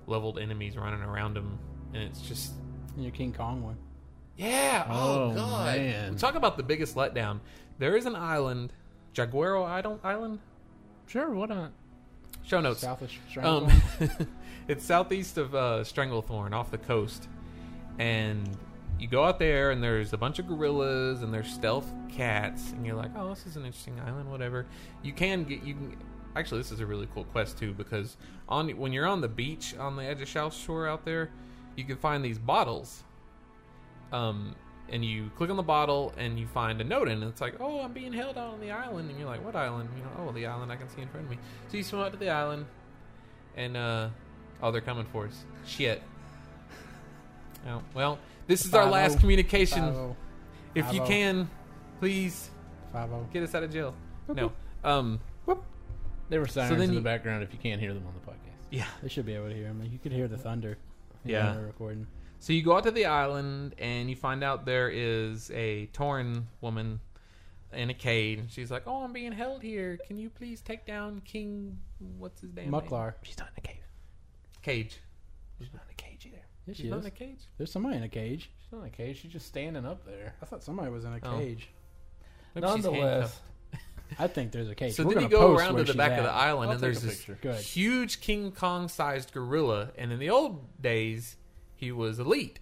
Speaker 3: leveled enemies running around him. And it's just
Speaker 5: And your King Kong one.
Speaker 3: yeah. Oh,
Speaker 1: Oh,
Speaker 3: god.
Speaker 1: man.
Speaker 3: Talk about the biggest letdown. There is an island, Jaguaro Idol- Island.
Speaker 1: Sure, why not?
Speaker 3: Show notes.
Speaker 5: South of Sh-
Speaker 3: Um,
Speaker 5: Strangle.
Speaker 3: it's southeast of uh, Stranglethorn, off the coast, and you go out there, and there's a bunch of gorillas, and there's stealth cats, and you're like, oh, this is an interesting island, whatever. You can get you can. Actually, this is a really cool quest too because on when you're on the beach on the edge of South Shore out there, you can find these bottles um, and you click on the bottle and you find a note in it. It's like, oh, I'm being held out on the island, and you're like, what island? You know, oh, the island I can see in front of me. So you swim out to the island, and uh, oh, they're coming for us. Shit. Oh, well, this is our
Speaker 5: Five-o.
Speaker 3: last communication.
Speaker 5: 50.
Speaker 3: If you
Speaker 5: Five-o.
Speaker 3: can, please
Speaker 5: 50.
Speaker 3: get us out of jail. No. Um.
Speaker 1: They were sirens
Speaker 3: then
Speaker 1: in the
Speaker 3: you-
Speaker 1: background if you can't hear them on the podcast.
Speaker 3: Yeah.
Speaker 5: They should be able to hear him. You could hear the thunder. when
Speaker 3: Yeah.
Speaker 5: they were recording.
Speaker 3: So you go out to the island and you find out there is a torn woman in a cage. And She's like, "Oh, I'm being held here. Can you please take down King? What's his name?
Speaker 5: Muklar.
Speaker 1: She's not in a cave.
Speaker 3: Cage.
Speaker 1: She's not in a cage either.
Speaker 5: Yeah,
Speaker 3: She's
Speaker 5: she
Speaker 3: not
Speaker 5: is.
Speaker 3: in a cage.
Speaker 5: There's somebody in a cage.
Speaker 1: She's not in a cage. She's just standing up there.
Speaker 5: I thought somebody was in a
Speaker 3: Oh.
Speaker 5: cage.
Speaker 3: Maybe she's
Speaker 1: Nonetheless,
Speaker 5: I think there's a cage.
Speaker 3: So
Speaker 5: We're
Speaker 3: then you
Speaker 5: gonna
Speaker 3: go
Speaker 5: post
Speaker 3: around
Speaker 5: where
Speaker 3: to the
Speaker 5: she's
Speaker 3: back
Speaker 5: at.
Speaker 3: of the island
Speaker 1: I'll
Speaker 3: and
Speaker 1: take
Speaker 3: there's
Speaker 1: a
Speaker 3: this
Speaker 1: picture.
Speaker 5: Good.
Speaker 3: huge King Kong sized gorilla. And in the old days, he was elite.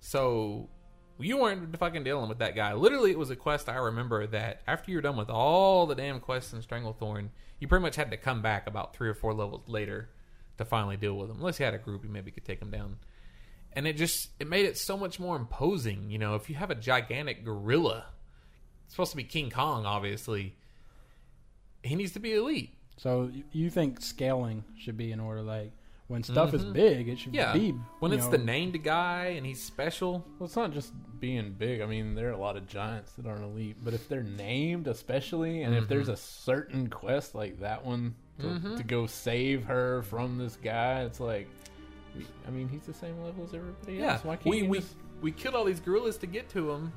Speaker 3: So you weren't fucking dealing with that guy. Literally, it was a quest I remember that after you were done with all the damn quests in Stranglethorn, you pretty much had to come back about three or four levels later to finally deal with him. Unless you had a group, you maybe could take him down. And it just it made it so much more imposing. You know, if you have a gigantic gorilla, it's supposed to be King Kong, obviously. He needs to be elite.
Speaker 5: So y- you think scaling should be in order? Like when stuff is big, it should
Speaker 3: Mm-hmm. Yeah.
Speaker 5: be
Speaker 3: when
Speaker 5: you
Speaker 3: it's
Speaker 5: know,
Speaker 3: the named guy and he's special.
Speaker 1: well, it's not just being big. I mean, there are a lot of giants that aren't elite, but if they're named, especially, and if there's a certain quest like that one to, to go save her from this guy, it's like, I mean, he's the same level as everybody
Speaker 3: Yeah.
Speaker 1: else. Why can't
Speaker 3: we
Speaker 1: you
Speaker 3: we
Speaker 1: just-
Speaker 3: we killed all these gorillas to get to him.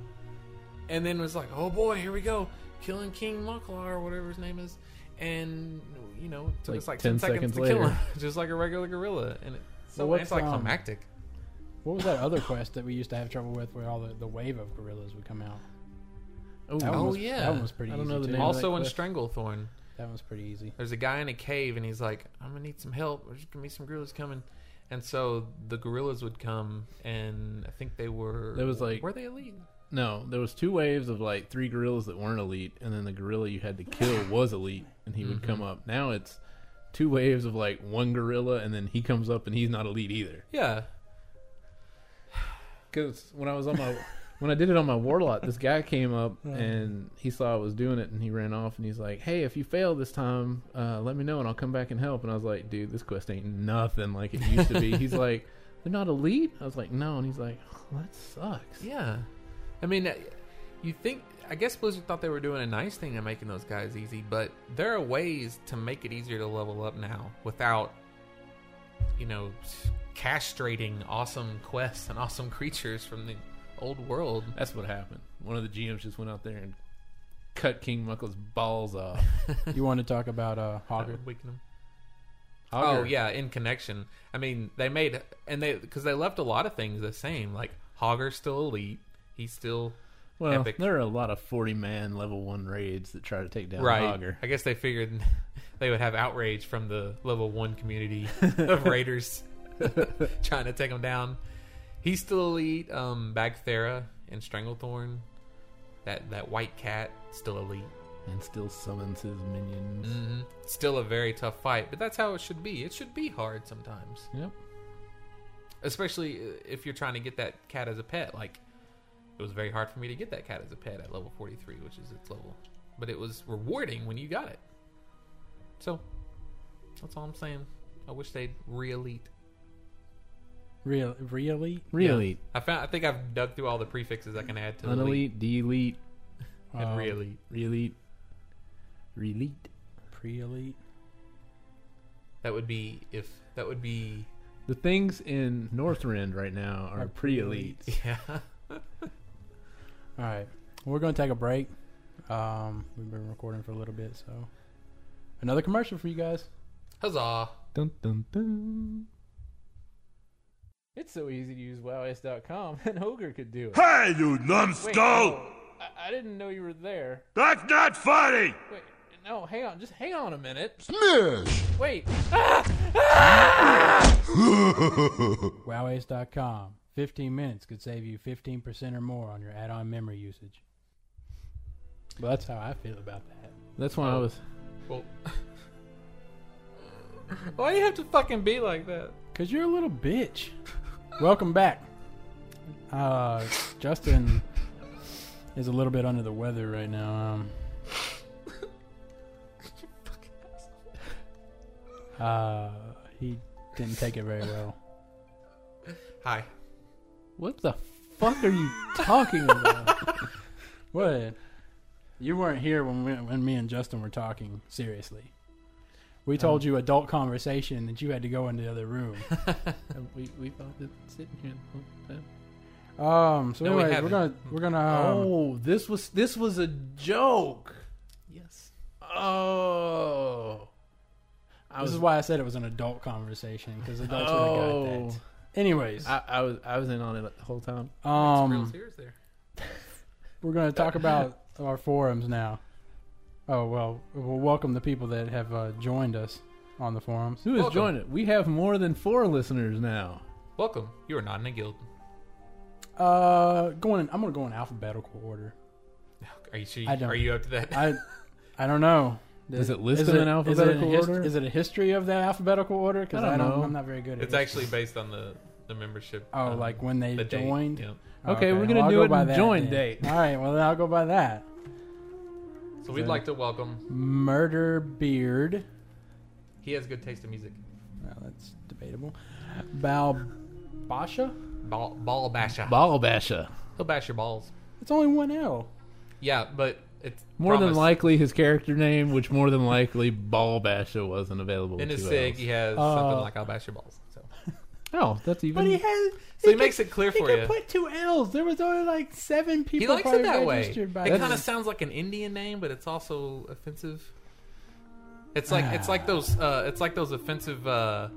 Speaker 3: And then was like, "Oh boy, here we go. Killing King Moklar or whatever his name is." And you know, it took
Speaker 1: Like
Speaker 3: us like 10,
Speaker 1: 10
Speaker 3: seconds,
Speaker 1: seconds
Speaker 3: to kill
Speaker 1: later.
Speaker 3: him just like a regular gorilla and it's so
Speaker 5: Well, what's,
Speaker 3: anticlimactic.
Speaker 5: What was that other quest that we used to have trouble with, where all the, the wave of gorillas would come out?
Speaker 1: oh,
Speaker 5: That one
Speaker 3: oh,
Speaker 5: was,
Speaker 3: yeah.
Speaker 5: that one was pretty
Speaker 1: I don't
Speaker 5: easy.
Speaker 1: know the um,
Speaker 5: too.
Speaker 1: name of
Speaker 3: also in
Speaker 1: like
Speaker 3: Stranglethorn,
Speaker 5: That one's pretty easy.
Speaker 3: there's a guy in a cave and he's like, I'm gonna need some help. There's gonna be some gorillas coming. And so the gorillas would come, and I think they were.
Speaker 1: There was, like-
Speaker 3: were they elite?
Speaker 1: No, there was two waves of like three gorillas that weren't elite, and then the gorilla you had to kill was elite, and he would come up. Now it's two waves of like one gorilla, and then he comes up and he's not elite either.
Speaker 3: Yeah.
Speaker 1: Because when I was on my when I did it on my warlock, this guy came up and he saw I was doing it, and he ran off, and he's like, "Hey, if you fail this time, uh, let me know, and I'll come back and help." And I was like, "Dude, this quest ain't nothing like it used to be." he's like, "They're not elite." I was like, "No," and he's like, oh, "That sucks."
Speaker 3: Yeah. I mean, uh, you think. I guess Blizzard thought they were doing a nice thing and making those guys easy, but there are ways to make it easier to level up now without, you know, castrating awesome quests and awesome creatures from the old world.
Speaker 1: That's what happened. One of the GMs just went out there and cut King Muckle's balls off.
Speaker 5: You want to talk about uh, Hogger?
Speaker 3: Weaken them. Oh
Speaker 1: Hogger-
Speaker 3: yeah, in connection. I mean, they made and they because they left a lot of things the same. Like Hogger's still elite. He's still
Speaker 1: Well,
Speaker 3: Epic.
Speaker 1: there are a lot of forty-man level one raids that try to take down
Speaker 3: right.
Speaker 1: Hogger.
Speaker 3: I guess they figured they would have outrage from the level one community of raiders trying to take him down. He's still elite. Um, Bagthera and Stranglethorn, that that white cat, still elite.
Speaker 1: and still summons his minions.
Speaker 3: hmm Still a very tough fight, but that's how it should be. It should be hard sometimes.
Speaker 1: Yep.
Speaker 3: especially uh, if you're trying to get that cat as a pet. Like, it was very hard for me to get that cat as a pet at level 43, which is its level, but it was rewarding when you got it. So, that's all I'm saying. I wish they'd re-elite.
Speaker 5: Real, really?
Speaker 1: Re
Speaker 3: Yeah.
Speaker 1: elite,
Speaker 3: I found. I think I've dug through all the prefixes I can add to elite
Speaker 1: unelite, delete,
Speaker 3: and
Speaker 5: Um,
Speaker 3: re-elite.
Speaker 1: re elite, re elite.
Speaker 5: Pre-elite.
Speaker 3: That would be if that would be
Speaker 1: The things in Northrend right now are
Speaker 5: Are
Speaker 1: pre elite.
Speaker 3: yeah.
Speaker 5: All right. We're going to take a break. Um, we've been recording for a little bit, so another commercial for you guys.
Speaker 3: Huzzah!
Speaker 1: Dun dun dun.
Speaker 4: It's so easy to use WoWS.com, and Ogre could do it.
Speaker 6: Hey, you numbskull!
Speaker 4: I, I didn't know you were there.
Speaker 6: That's not funny!
Speaker 4: Wait, no, hang on, just hang on a minute.
Speaker 6: Smash!
Speaker 4: Wait,
Speaker 5: WowAce.com. 15 minutes could save you 15% or more on your add-on memory usage. Well, that's how I feel about that.
Speaker 1: That's why I
Speaker 4: Oh.
Speaker 1: was
Speaker 3: Well, why do you have to fucking be like that?
Speaker 5: Cause you're a little bitch. Welcome back. Uh, Justin is a little bit under the weather right now. Um, uh, he didn't take it very well.
Speaker 3: Hi.
Speaker 1: What the fuck are you talking about?
Speaker 5: What? You weren't here when we, when me and Justin were talking seriously. We told you adult conversation that you had to go in the other room.
Speaker 1: we we thought that sitting here. the whole time.
Speaker 5: Um. So
Speaker 3: No, we
Speaker 5: anyways, we are
Speaker 3: haven't.
Speaker 5: gonna we're gonna um,
Speaker 1: oh, this was this was a joke.
Speaker 3: Yes.
Speaker 1: Oh, I
Speaker 5: This
Speaker 1: was
Speaker 5: is why I said it was an adult conversation because adults would have got
Speaker 1: oh,
Speaker 5: that. Anyways,
Speaker 1: I, I was I was in on it the whole time.
Speaker 3: Real
Speaker 5: um,
Speaker 3: tears there.
Speaker 5: we're going to talk about our forums now. Oh well, we'll welcome the people that have uh, joined us on the forums.
Speaker 1: Who has
Speaker 3: Welcome.
Speaker 1: joined it? We have more than four listeners now.
Speaker 3: Welcome. You are not in a guild.
Speaker 5: Uh, going, in, I'm going to go in alphabetical order.
Speaker 3: Are you sure? You,
Speaker 5: I don't-
Speaker 3: Are you up to that?
Speaker 5: I, I don't know.
Speaker 1: Does it list
Speaker 5: Is
Speaker 1: them
Speaker 5: it-
Speaker 1: in
Speaker 5: is it a
Speaker 1: alphabetical
Speaker 5: his-
Speaker 1: order?
Speaker 5: Is it a history of the alphabetical order? Because
Speaker 1: I don't know.
Speaker 5: I'm not very good at
Speaker 3: it's
Speaker 5: history.
Speaker 3: actually based on the the membership.
Speaker 5: Oh,
Speaker 3: um,
Speaker 5: like when they
Speaker 3: the date.
Speaker 5: joined.
Speaker 3: Yeah.
Speaker 1: Okay, we're gonna
Speaker 5: I'll
Speaker 1: do
Speaker 5: go
Speaker 1: it
Speaker 5: by
Speaker 1: in
Speaker 5: that
Speaker 1: join
Speaker 5: then.
Speaker 1: date.
Speaker 5: All right, well then I'll go by that.
Speaker 3: So we'd like to welcome.
Speaker 5: Murder Beard.
Speaker 3: He has good taste in music.
Speaker 5: Well, that's debatable. Balbasha?
Speaker 3: Ball, ball basher.
Speaker 1: Ball basher.
Speaker 3: He'll bash your balls.
Speaker 5: It's only one L.
Speaker 3: Yeah, but it's
Speaker 1: More than
Speaker 3: promise.
Speaker 1: likely his character name, which more than likely Ball Basher wasn't available.
Speaker 3: in
Speaker 1: to
Speaker 3: his
Speaker 1: us.
Speaker 3: sig he has
Speaker 5: Uh,
Speaker 3: something like I'll bash your balls. So
Speaker 1: Oh, that's even.
Speaker 5: has.
Speaker 3: so he, makes it clear for you.
Speaker 5: put two L's. There was only like seven people.
Speaker 3: He likes it that way. It
Speaker 5: By
Speaker 3: kind of sounds like an Indian name, but it's also offensive. It's like it's like those uh, it's like those offensive uh,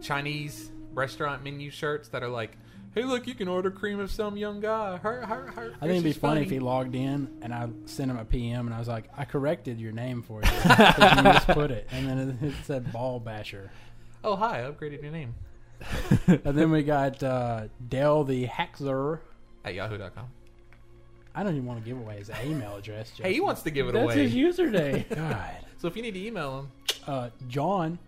Speaker 3: Chinese restaurant menu shirts that are like, "Hey, look, you can order cream of some young guy." Her, her, her.
Speaker 5: I think it'd be
Speaker 3: It's just
Speaker 5: funny if he logged in and I sent him a PM and I was like, "I corrected your name for you. 'cause you misput it." And then it, it said Ball Basher.
Speaker 3: Oh, hi! I upgraded your name
Speaker 5: And then we got uh, Dell the Haxer.
Speaker 3: at yahoo.com.
Speaker 5: I don't even want to give away his email address. Jeff.
Speaker 3: Hey, he wants to give it
Speaker 5: That's
Speaker 3: away.
Speaker 5: his username. God.
Speaker 3: so if you need to email him,
Speaker 5: Uh, John.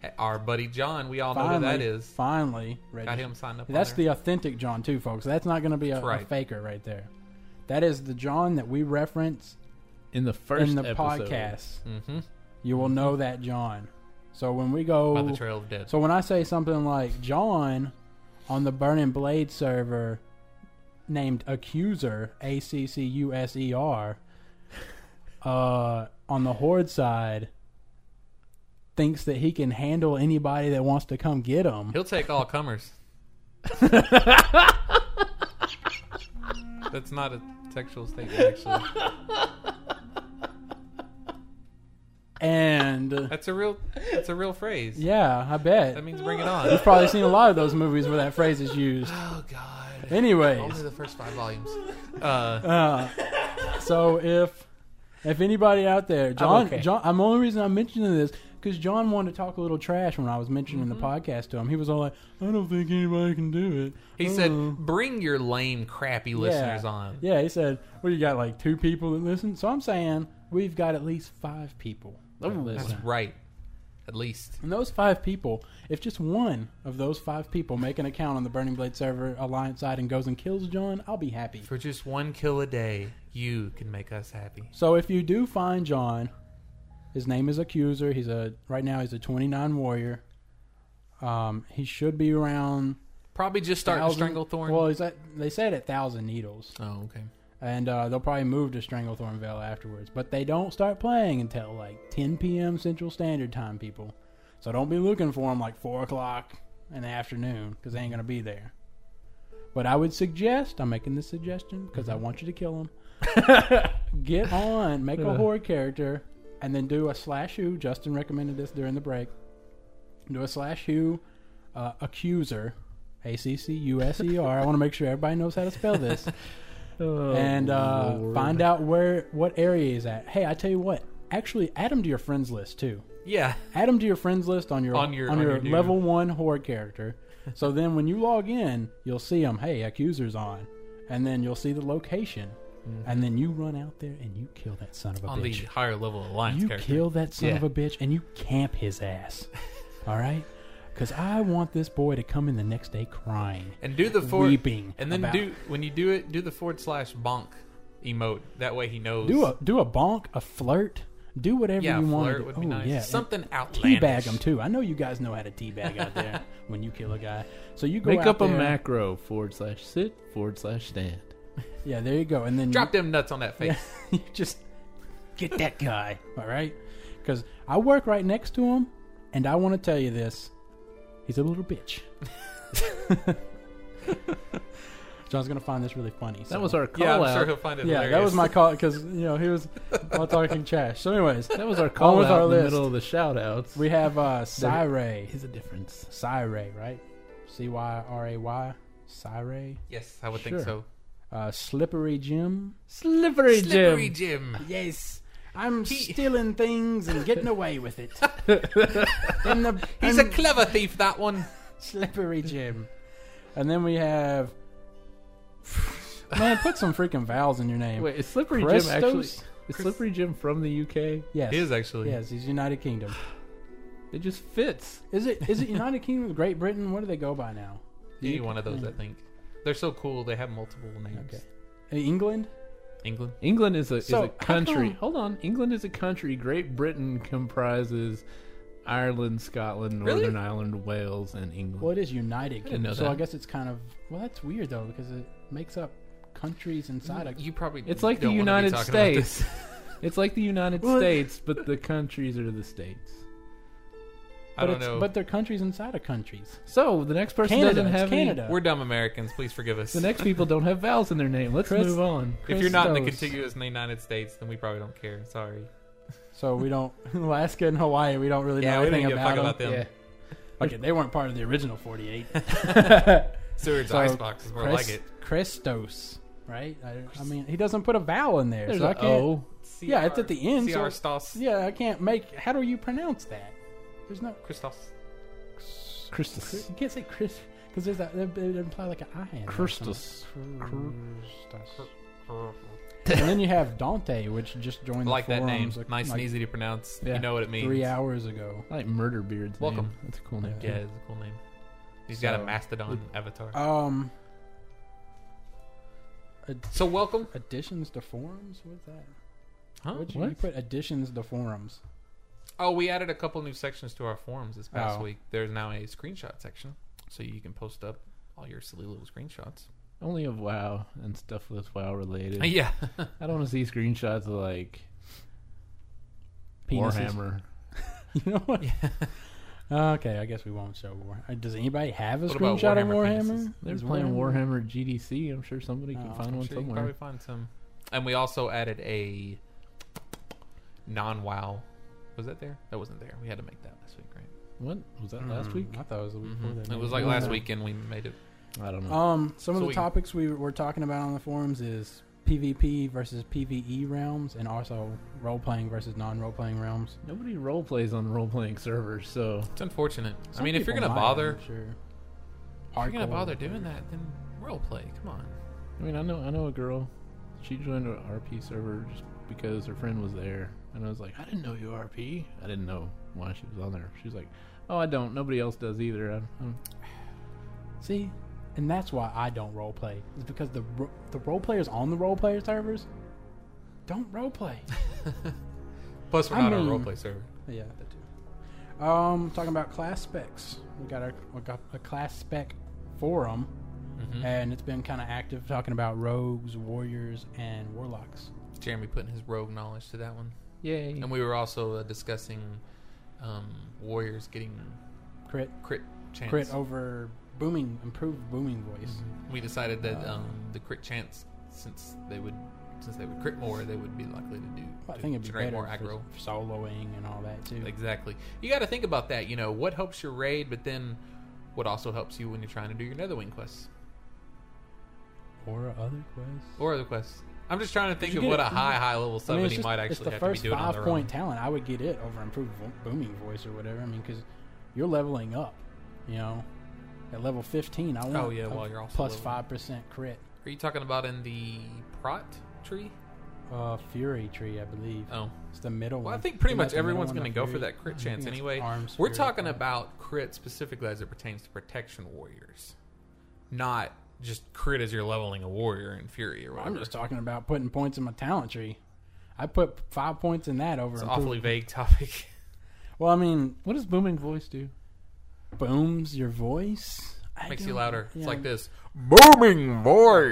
Speaker 3: hey, our buddy John, we all
Speaker 5: Finally,
Speaker 3: know who that is.
Speaker 5: finally registered.
Speaker 3: Got him signed up.
Speaker 5: That's
Speaker 3: on
Speaker 5: the authentic John too, folks. That's not going to be a,
Speaker 3: That's
Speaker 5: a
Speaker 3: right.
Speaker 5: faker right there. That is the John that we reference
Speaker 1: in the first
Speaker 5: in the
Speaker 1: episode,
Speaker 5: podcast.
Speaker 3: there. hmm
Speaker 5: You will know that John. So when we go,
Speaker 3: by the Trail of Dead.
Speaker 5: so when I say something like John on the Burning Blade server named Accuser A C C U S E R, uh, on the Horde side, thinks that he can handle anybody that wants to come get him.
Speaker 3: He'll take all comers. That's not a sexual statement, actually.
Speaker 5: And
Speaker 3: That's a real. That's a real phrase.
Speaker 5: yeah, I bet.
Speaker 3: That means bring it on.
Speaker 5: You've probably seen a lot of those movies where that phrase is used.
Speaker 3: Oh God. Only
Speaker 5: Anyways,
Speaker 3: the first five volumes. Uh,
Speaker 5: uh, so if if anybody out there, John,
Speaker 2: okay.
Speaker 5: John, I'm the only reason I'm mentioning this because John wanted to talk a little trash when I was mentioning the podcast to him. He was all like, "I don't think anybody can do it."
Speaker 3: he
Speaker 5: Uh-uh."
Speaker 3: said, "Bring your lame, crappy listeners
Speaker 5: yeah.
Speaker 3: on."
Speaker 5: Yeah, he said, "Well, you got like two people that listen." So I'm saying we've got at least five people that listen.
Speaker 3: Oh, That's right. At least.
Speaker 5: And those five people, if just one of those five people make an account on the Burning Blade server alliance side and goes and kills John, I'll be happy.
Speaker 3: For just one kill a day, you can make us happy.
Speaker 5: So if you do find John, his name is Accuser. He's a right now he's a 29 warrior. Um, he should be around.
Speaker 3: Probably just start to
Speaker 5: 1,000
Speaker 3: Stranglethorn.
Speaker 5: Well, he's at, they said at thousand needles,
Speaker 3: oh, okay.
Speaker 5: and uh, they'll probably move to Stranglethorn Vale afterwards. But they don't start playing until like 10 p.m. Central Standard Time, people. So don't be looking for them like four o'clock in the afternoon because they ain't gonna be there. But I would suggest I'm making this suggestion because I want you to kill him. Get on, make a horror character, and then do a slash who. Justin recommended this during the break. Do a slash who uh, accuser, A C C U S E R. I want to make sure everybody knows how to spell this,
Speaker 3: Oh,
Speaker 5: and uh, find out where what area he's at. Hey, I tell you what, actually add him to your friends list too
Speaker 3: Yeah.
Speaker 5: add them to your friends list on your on
Speaker 3: On
Speaker 5: your,
Speaker 3: your- on your new-
Speaker 5: level one horde character. so then when you log in, you'll see them. Hey, accuser's on, and then you'll see the location, and then you run out there and you kill that son of a
Speaker 3: Mm-hmm. On the
Speaker 5: bitch.
Speaker 3: higher level alliance
Speaker 5: you
Speaker 3: character.
Speaker 5: kill that son
Speaker 3: Yeah.
Speaker 5: of a bitch and you camp his ass. All right, because I want this boy to come in the next day crying.
Speaker 3: and do the forward
Speaker 5: weeping
Speaker 3: and then
Speaker 5: about-
Speaker 3: do when you do it do the forward slash bonk emote that way he knows
Speaker 5: Do a do a bonk, a flirt. Do whatever
Speaker 3: yeah
Speaker 5: you want.
Speaker 3: flirt
Speaker 5: to do.
Speaker 3: would be
Speaker 5: Oh,
Speaker 3: nice
Speaker 5: yeah, and-
Speaker 3: something outlandish
Speaker 5: teabag them too. I know you guys know how to teabag out there when you kill a guy. So you go
Speaker 1: Make
Speaker 5: out
Speaker 1: up a
Speaker 5: there-
Speaker 1: macro forward slash sit forward slash stand.
Speaker 5: Yeah, there you go. And then
Speaker 3: drop them nuts on that face
Speaker 5: you, you just get that guy. All right, because I work right next to him, and I want to tell you this: he's a little bitch. John's gonna find this really funny.
Speaker 1: That was our call
Speaker 3: yeah i'm
Speaker 1: out.
Speaker 3: sure he'll find it
Speaker 5: yeah.
Speaker 3: hilarious.
Speaker 5: That was my call because you know he was all talking trash. So, anyways,
Speaker 1: that was our call
Speaker 5: with
Speaker 1: out
Speaker 5: our
Speaker 1: in the
Speaker 5: list.
Speaker 1: middle of the shout outs.
Speaker 5: we have uh, Cyray.
Speaker 1: a difference.
Speaker 5: Cyray, right? C y r a y. Cyray.
Speaker 3: yes i would
Speaker 5: Sure.
Speaker 3: think so
Speaker 5: Uh, Slippery Jim.
Speaker 1: Slippery
Speaker 3: slippery
Speaker 1: Jim.
Speaker 3: jim
Speaker 5: Yes, I'm
Speaker 3: He-
Speaker 5: stealing things and getting away with it. In the,
Speaker 3: he's
Speaker 5: in
Speaker 3: a clever thief that one
Speaker 5: slippery Jim. And then we have. Man, put some freaking vowels in your name.
Speaker 1: Wait, is Slippery
Speaker 5: Prestos?
Speaker 1: Jim actually? Is Slippery Jim from the UK?
Speaker 5: Yes,
Speaker 3: he is actually
Speaker 5: Yes, he's United Kingdom.
Speaker 1: It just fits.
Speaker 5: Is it? Is it United Kingdom? Great Britain? What do they go by now?
Speaker 3: any one of those i think they're so cool they have multiple names
Speaker 5: Okay. Uh, England?
Speaker 3: england
Speaker 1: England is a
Speaker 5: So,
Speaker 1: is a
Speaker 5: how
Speaker 1: country.
Speaker 5: come-
Speaker 1: Hold on, England is a country. Great Britain comprises Ireland, Scotland,
Speaker 3: Really?
Speaker 1: Northern Ireland, Wales, and England.
Speaker 5: Well, it is United Kingdom.
Speaker 3: know
Speaker 5: so
Speaker 3: that.
Speaker 5: I guess it's kind of well. That's weird though because it makes up countries inside a
Speaker 3: you probably
Speaker 1: It's like the
Speaker 3: don't wanna be
Speaker 1: United
Speaker 3: talking about this.
Speaker 1: States. It's like the United
Speaker 5: Well, it-
Speaker 1: States, but the countries are the states.
Speaker 3: i
Speaker 5: but
Speaker 3: don't
Speaker 5: it's-
Speaker 3: know
Speaker 5: But they're countries inside of countries.
Speaker 1: So the next person
Speaker 5: Canada,
Speaker 1: doesn't
Speaker 5: it's
Speaker 1: have any-
Speaker 5: Canada.
Speaker 3: we're dumb americans please forgive us
Speaker 1: the next people don't have vowels in their name. Let's
Speaker 5: Chris-
Speaker 1: move on.
Speaker 3: if you're not in the
Speaker 5: Christos.
Speaker 3: contiguous United States, then we probably don't care. Sorry.
Speaker 5: So we don't Alaska and Hawaii. We don't really
Speaker 3: Yeah, we
Speaker 5: know
Speaker 3: don't
Speaker 5: anything
Speaker 3: give a fuck
Speaker 5: about, them.
Speaker 3: about them.
Speaker 1: Yeah.
Speaker 5: Okay, they weren't part of the original forty-eight.
Speaker 3: Seward's
Speaker 5: So,
Speaker 3: icebox is more
Speaker 5: Chris-
Speaker 3: like it.
Speaker 5: Christos, right? I, I mean, he doesn't put a vowel in there,
Speaker 1: There's
Speaker 5: so I
Speaker 1: an
Speaker 5: can't.
Speaker 1: O.
Speaker 5: Yeah, it's at the end, so-
Speaker 3: CR Stos.
Speaker 5: Yeah, I can't make. How do you pronounce that? There's no.
Speaker 3: Christos.
Speaker 1: Christus.
Speaker 5: You can't say Chris because there's that. It, it imply like an I. in there or something.
Speaker 1: Christus.
Speaker 5: Christos. and then you have Dante, which just joined
Speaker 3: like
Speaker 5: the
Speaker 3: that name.
Speaker 5: forums, like-
Speaker 3: nice
Speaker 5: like
Speaker 3: and easy to pronounce.
Speaker 5: Yeah.
Speaker 3: You know what it means.
Speaker 5: Three hours ago.
Speaker 1: I like Murder Beard's
Speaker 3: Welcome.
Speaker 1: name. That's a cool name.
Speaker 3: Yeah, it's a cool name. He's got a
Speaker 5: So-
Speaker 3: mastodon avatar.
Speaker 5: Um,
Speaker 3: so welcome.
Speaker 5: additions to forums. What's that?
Speaker 3: Huh?
Speaker 5: What'd you,
Speaker 1: What?
Speaker 5: you put additions to forums?
Speaker 3: Oh, we added a couple new sections to our forums this past
Speaker 5: Oh.
Speaker 3: week. There's now a screenshot section, so you can post up all your silly little screenshots.
Speaker 1: Only of WoW and stuff that's WoW related.
Speaker 3: Yeah,
Speaker 1: I don't want to see screenshots of like
Speaker 5: Penises.
Speaker 1: Warhammer.
Speaker 5: You know what? okay, I guess we won't show War. uh, Does anybody have a
Speaker 3: What about
Speaker 5: screenshot of
Speaker 3: Warhammer
Speaker 5: Warhammer?
Speaker 3: penises?
Speaker 1: They're
Speaker 5: Is
Speaker 1: playing Warhammer GDC. I'm sure somebody can
Speaker 5: Oh,
Speaker 1: find
Speaker 5: I'm
Speaker 1: one
Speaker 3: sure you can
Speaker 1: somewhere.
Speaker 3: probably find some. And we also added a non-WoW. Was that there? That wasn't there. We had to make that last week, right?
Speaker 1: What was that last week? Mm-hmm.
Speaker 5: I thought it was the week before that.
Speaker 3: Mm-hmm. It
Speaker 5: maybe.
Speaker 3: was like
Speaker 5: I don't
Speaker 3: last
Speaker 5: know.
Speaker 3: weekend we made it.
Speaker 1: I don't know.
Speaker 5: Um, some of
Speaker 3: So
Speaker 5: the
Speaker 3: we-
Speaker 5: topics we were talking about on the forums is PvP versus PvE realms, and also role playing versus non role playing realms.
Speaker 1: Nobody role plays on role playing servers, so
Speaker 3: It's unfortunate. I
Speaker 5: Some
Speaker 3: mean, if you're
Speaker 5: people
Speaker 3: gonna
Speaker 5: might,
Speaker 3: bother,
Speaker 5: I'm sure.
Speaker 3: if you're gonna
Speaker 5: Hardcore.
Speaker 3: bother doing that, then role play. Come on.
Speaker 1: I mean, I know I know a girl. She joined an RP server just because her friend was there, and I was like, I didn't know you RP. I didn't know why she was on there. She was like, Oh, I don't. Nobody else does either. I'm, I'm,
Speaker 5: See, and that's why I don't role play. Is because the ro- the role players on the role player servers don't role play.
Speaker 3: Plus, we're
Speaker 5: I
Speaker 3: not on a
Speaker 5: mean-
Speaker 3: role play server.
Speaker 5: yeah, that too. Um, talking about class specs, we got our we got a class spec forum,
Speaker 3: Mm-hmm.
Speaker 5: and it's been kind of active talking about rogues, warriors, and warlocks.
Speaker 3: Jeremy putting his rogue knowledge to that one.
Speaker 1: yay.
Speaker 3: And we were also uh, discussing um, warriors getting
Speaker 5: Crit,
Speaker 3: crit chance.
Speaker 5: crit oh. over booming, improved booming voice.
Speaker 3: Mm-hmm. we decided that
Speaker 5: Uh.
Speaker 3: um, the crit chance, since they would, since they would crit more, they would be likely to do.
Speaker 5: I
Speaker 3: to
Speaker 5: think it'd be
Speaker 3: generate
Speaker 5: better
Speaker 3: more
Speaker 5: for
Speaker 3: aggro.
Speaker 5: soloing and all that too.
Speaker 3: Exactly. You got to think about that. You know what helps your raid, but then what also helps you when you're trying to do your Netherwing quests
Speaker 5: or other quests.
Speaker 3: or other quests. I'm just trying to think
Speaker 5: you
Speaker 3: of
Speaker 5: get
Speaker 3: what
Speaker 5: it-
Speaker 3: a high, high level
Speaker 5: I mean,
Speaker 3: somebody
Speaker 5: it's just-
Speaker 3: might
Speaker 5: it's
Speaker 3: actually
Speaker 5: the
Speaker 3: have to be
Speaker 5: first
Speaker 3: doing on
Speaker 5: five
Speaker 3: their
Speaker 5: point
Speaker 3: own.
Speaker 5: talent. I would get it over improved vo- booming voice or whatever. I mean, because you're leveling up, you know. At level 15, I want
Speaker 3: Oh, yeah,
Speaker 5: a
Speaker 3: well, you're also
Speaker 5: plus
Speaker 3: leveling
Speaker 5: five percent crit.
Speaker 3: Are you talking about in the prot tree?
Speaker 5: Uh, Fury tree, I believe.
Speaker 3: Oh.
Speaker 5: It's the middle one.
Speaker 3: Well, I think pretty
Speaker 5: Isn't that
Speaker 3: much
Speaker 5: the middle
Speaker 3: everyone's
Speaker 5: one,
Speaker 3: going to
Speaker 5: the
Speaker 3: go for
Speaker 5: Fury?
Speaker 3: that crit
Speaker 5: I think
Speaker 3: chance
Speaker 5: it's
Speaker 3: anyway.
Speaker 5: Arms,
Speaker 3: We're
Speaker 5: Fury,
Speaker 3: talking
Speaker 5: right?
Speaker 3: about crit specifically as it pertains to protection warriors, not just crit as you're leveling a warrior in Fury or whatever.
Speaker 5: I'm just talking about putting points in my talent tree. I put five points in that over.
Speaker 3: it's an
Speaker 5: improved-
Speaker 3: awfully vague topic.
Speaker 5: Well, I mean,
Speaker 1: What does booming voice do?
Speaker 5: booms your voice. I
Speaker 3: Makes you
Speaker 5: don't-
Speaker 3: louder. It's
Speaker 5: yeah.
Speaker 3: like this booming
Speaker 5: Way to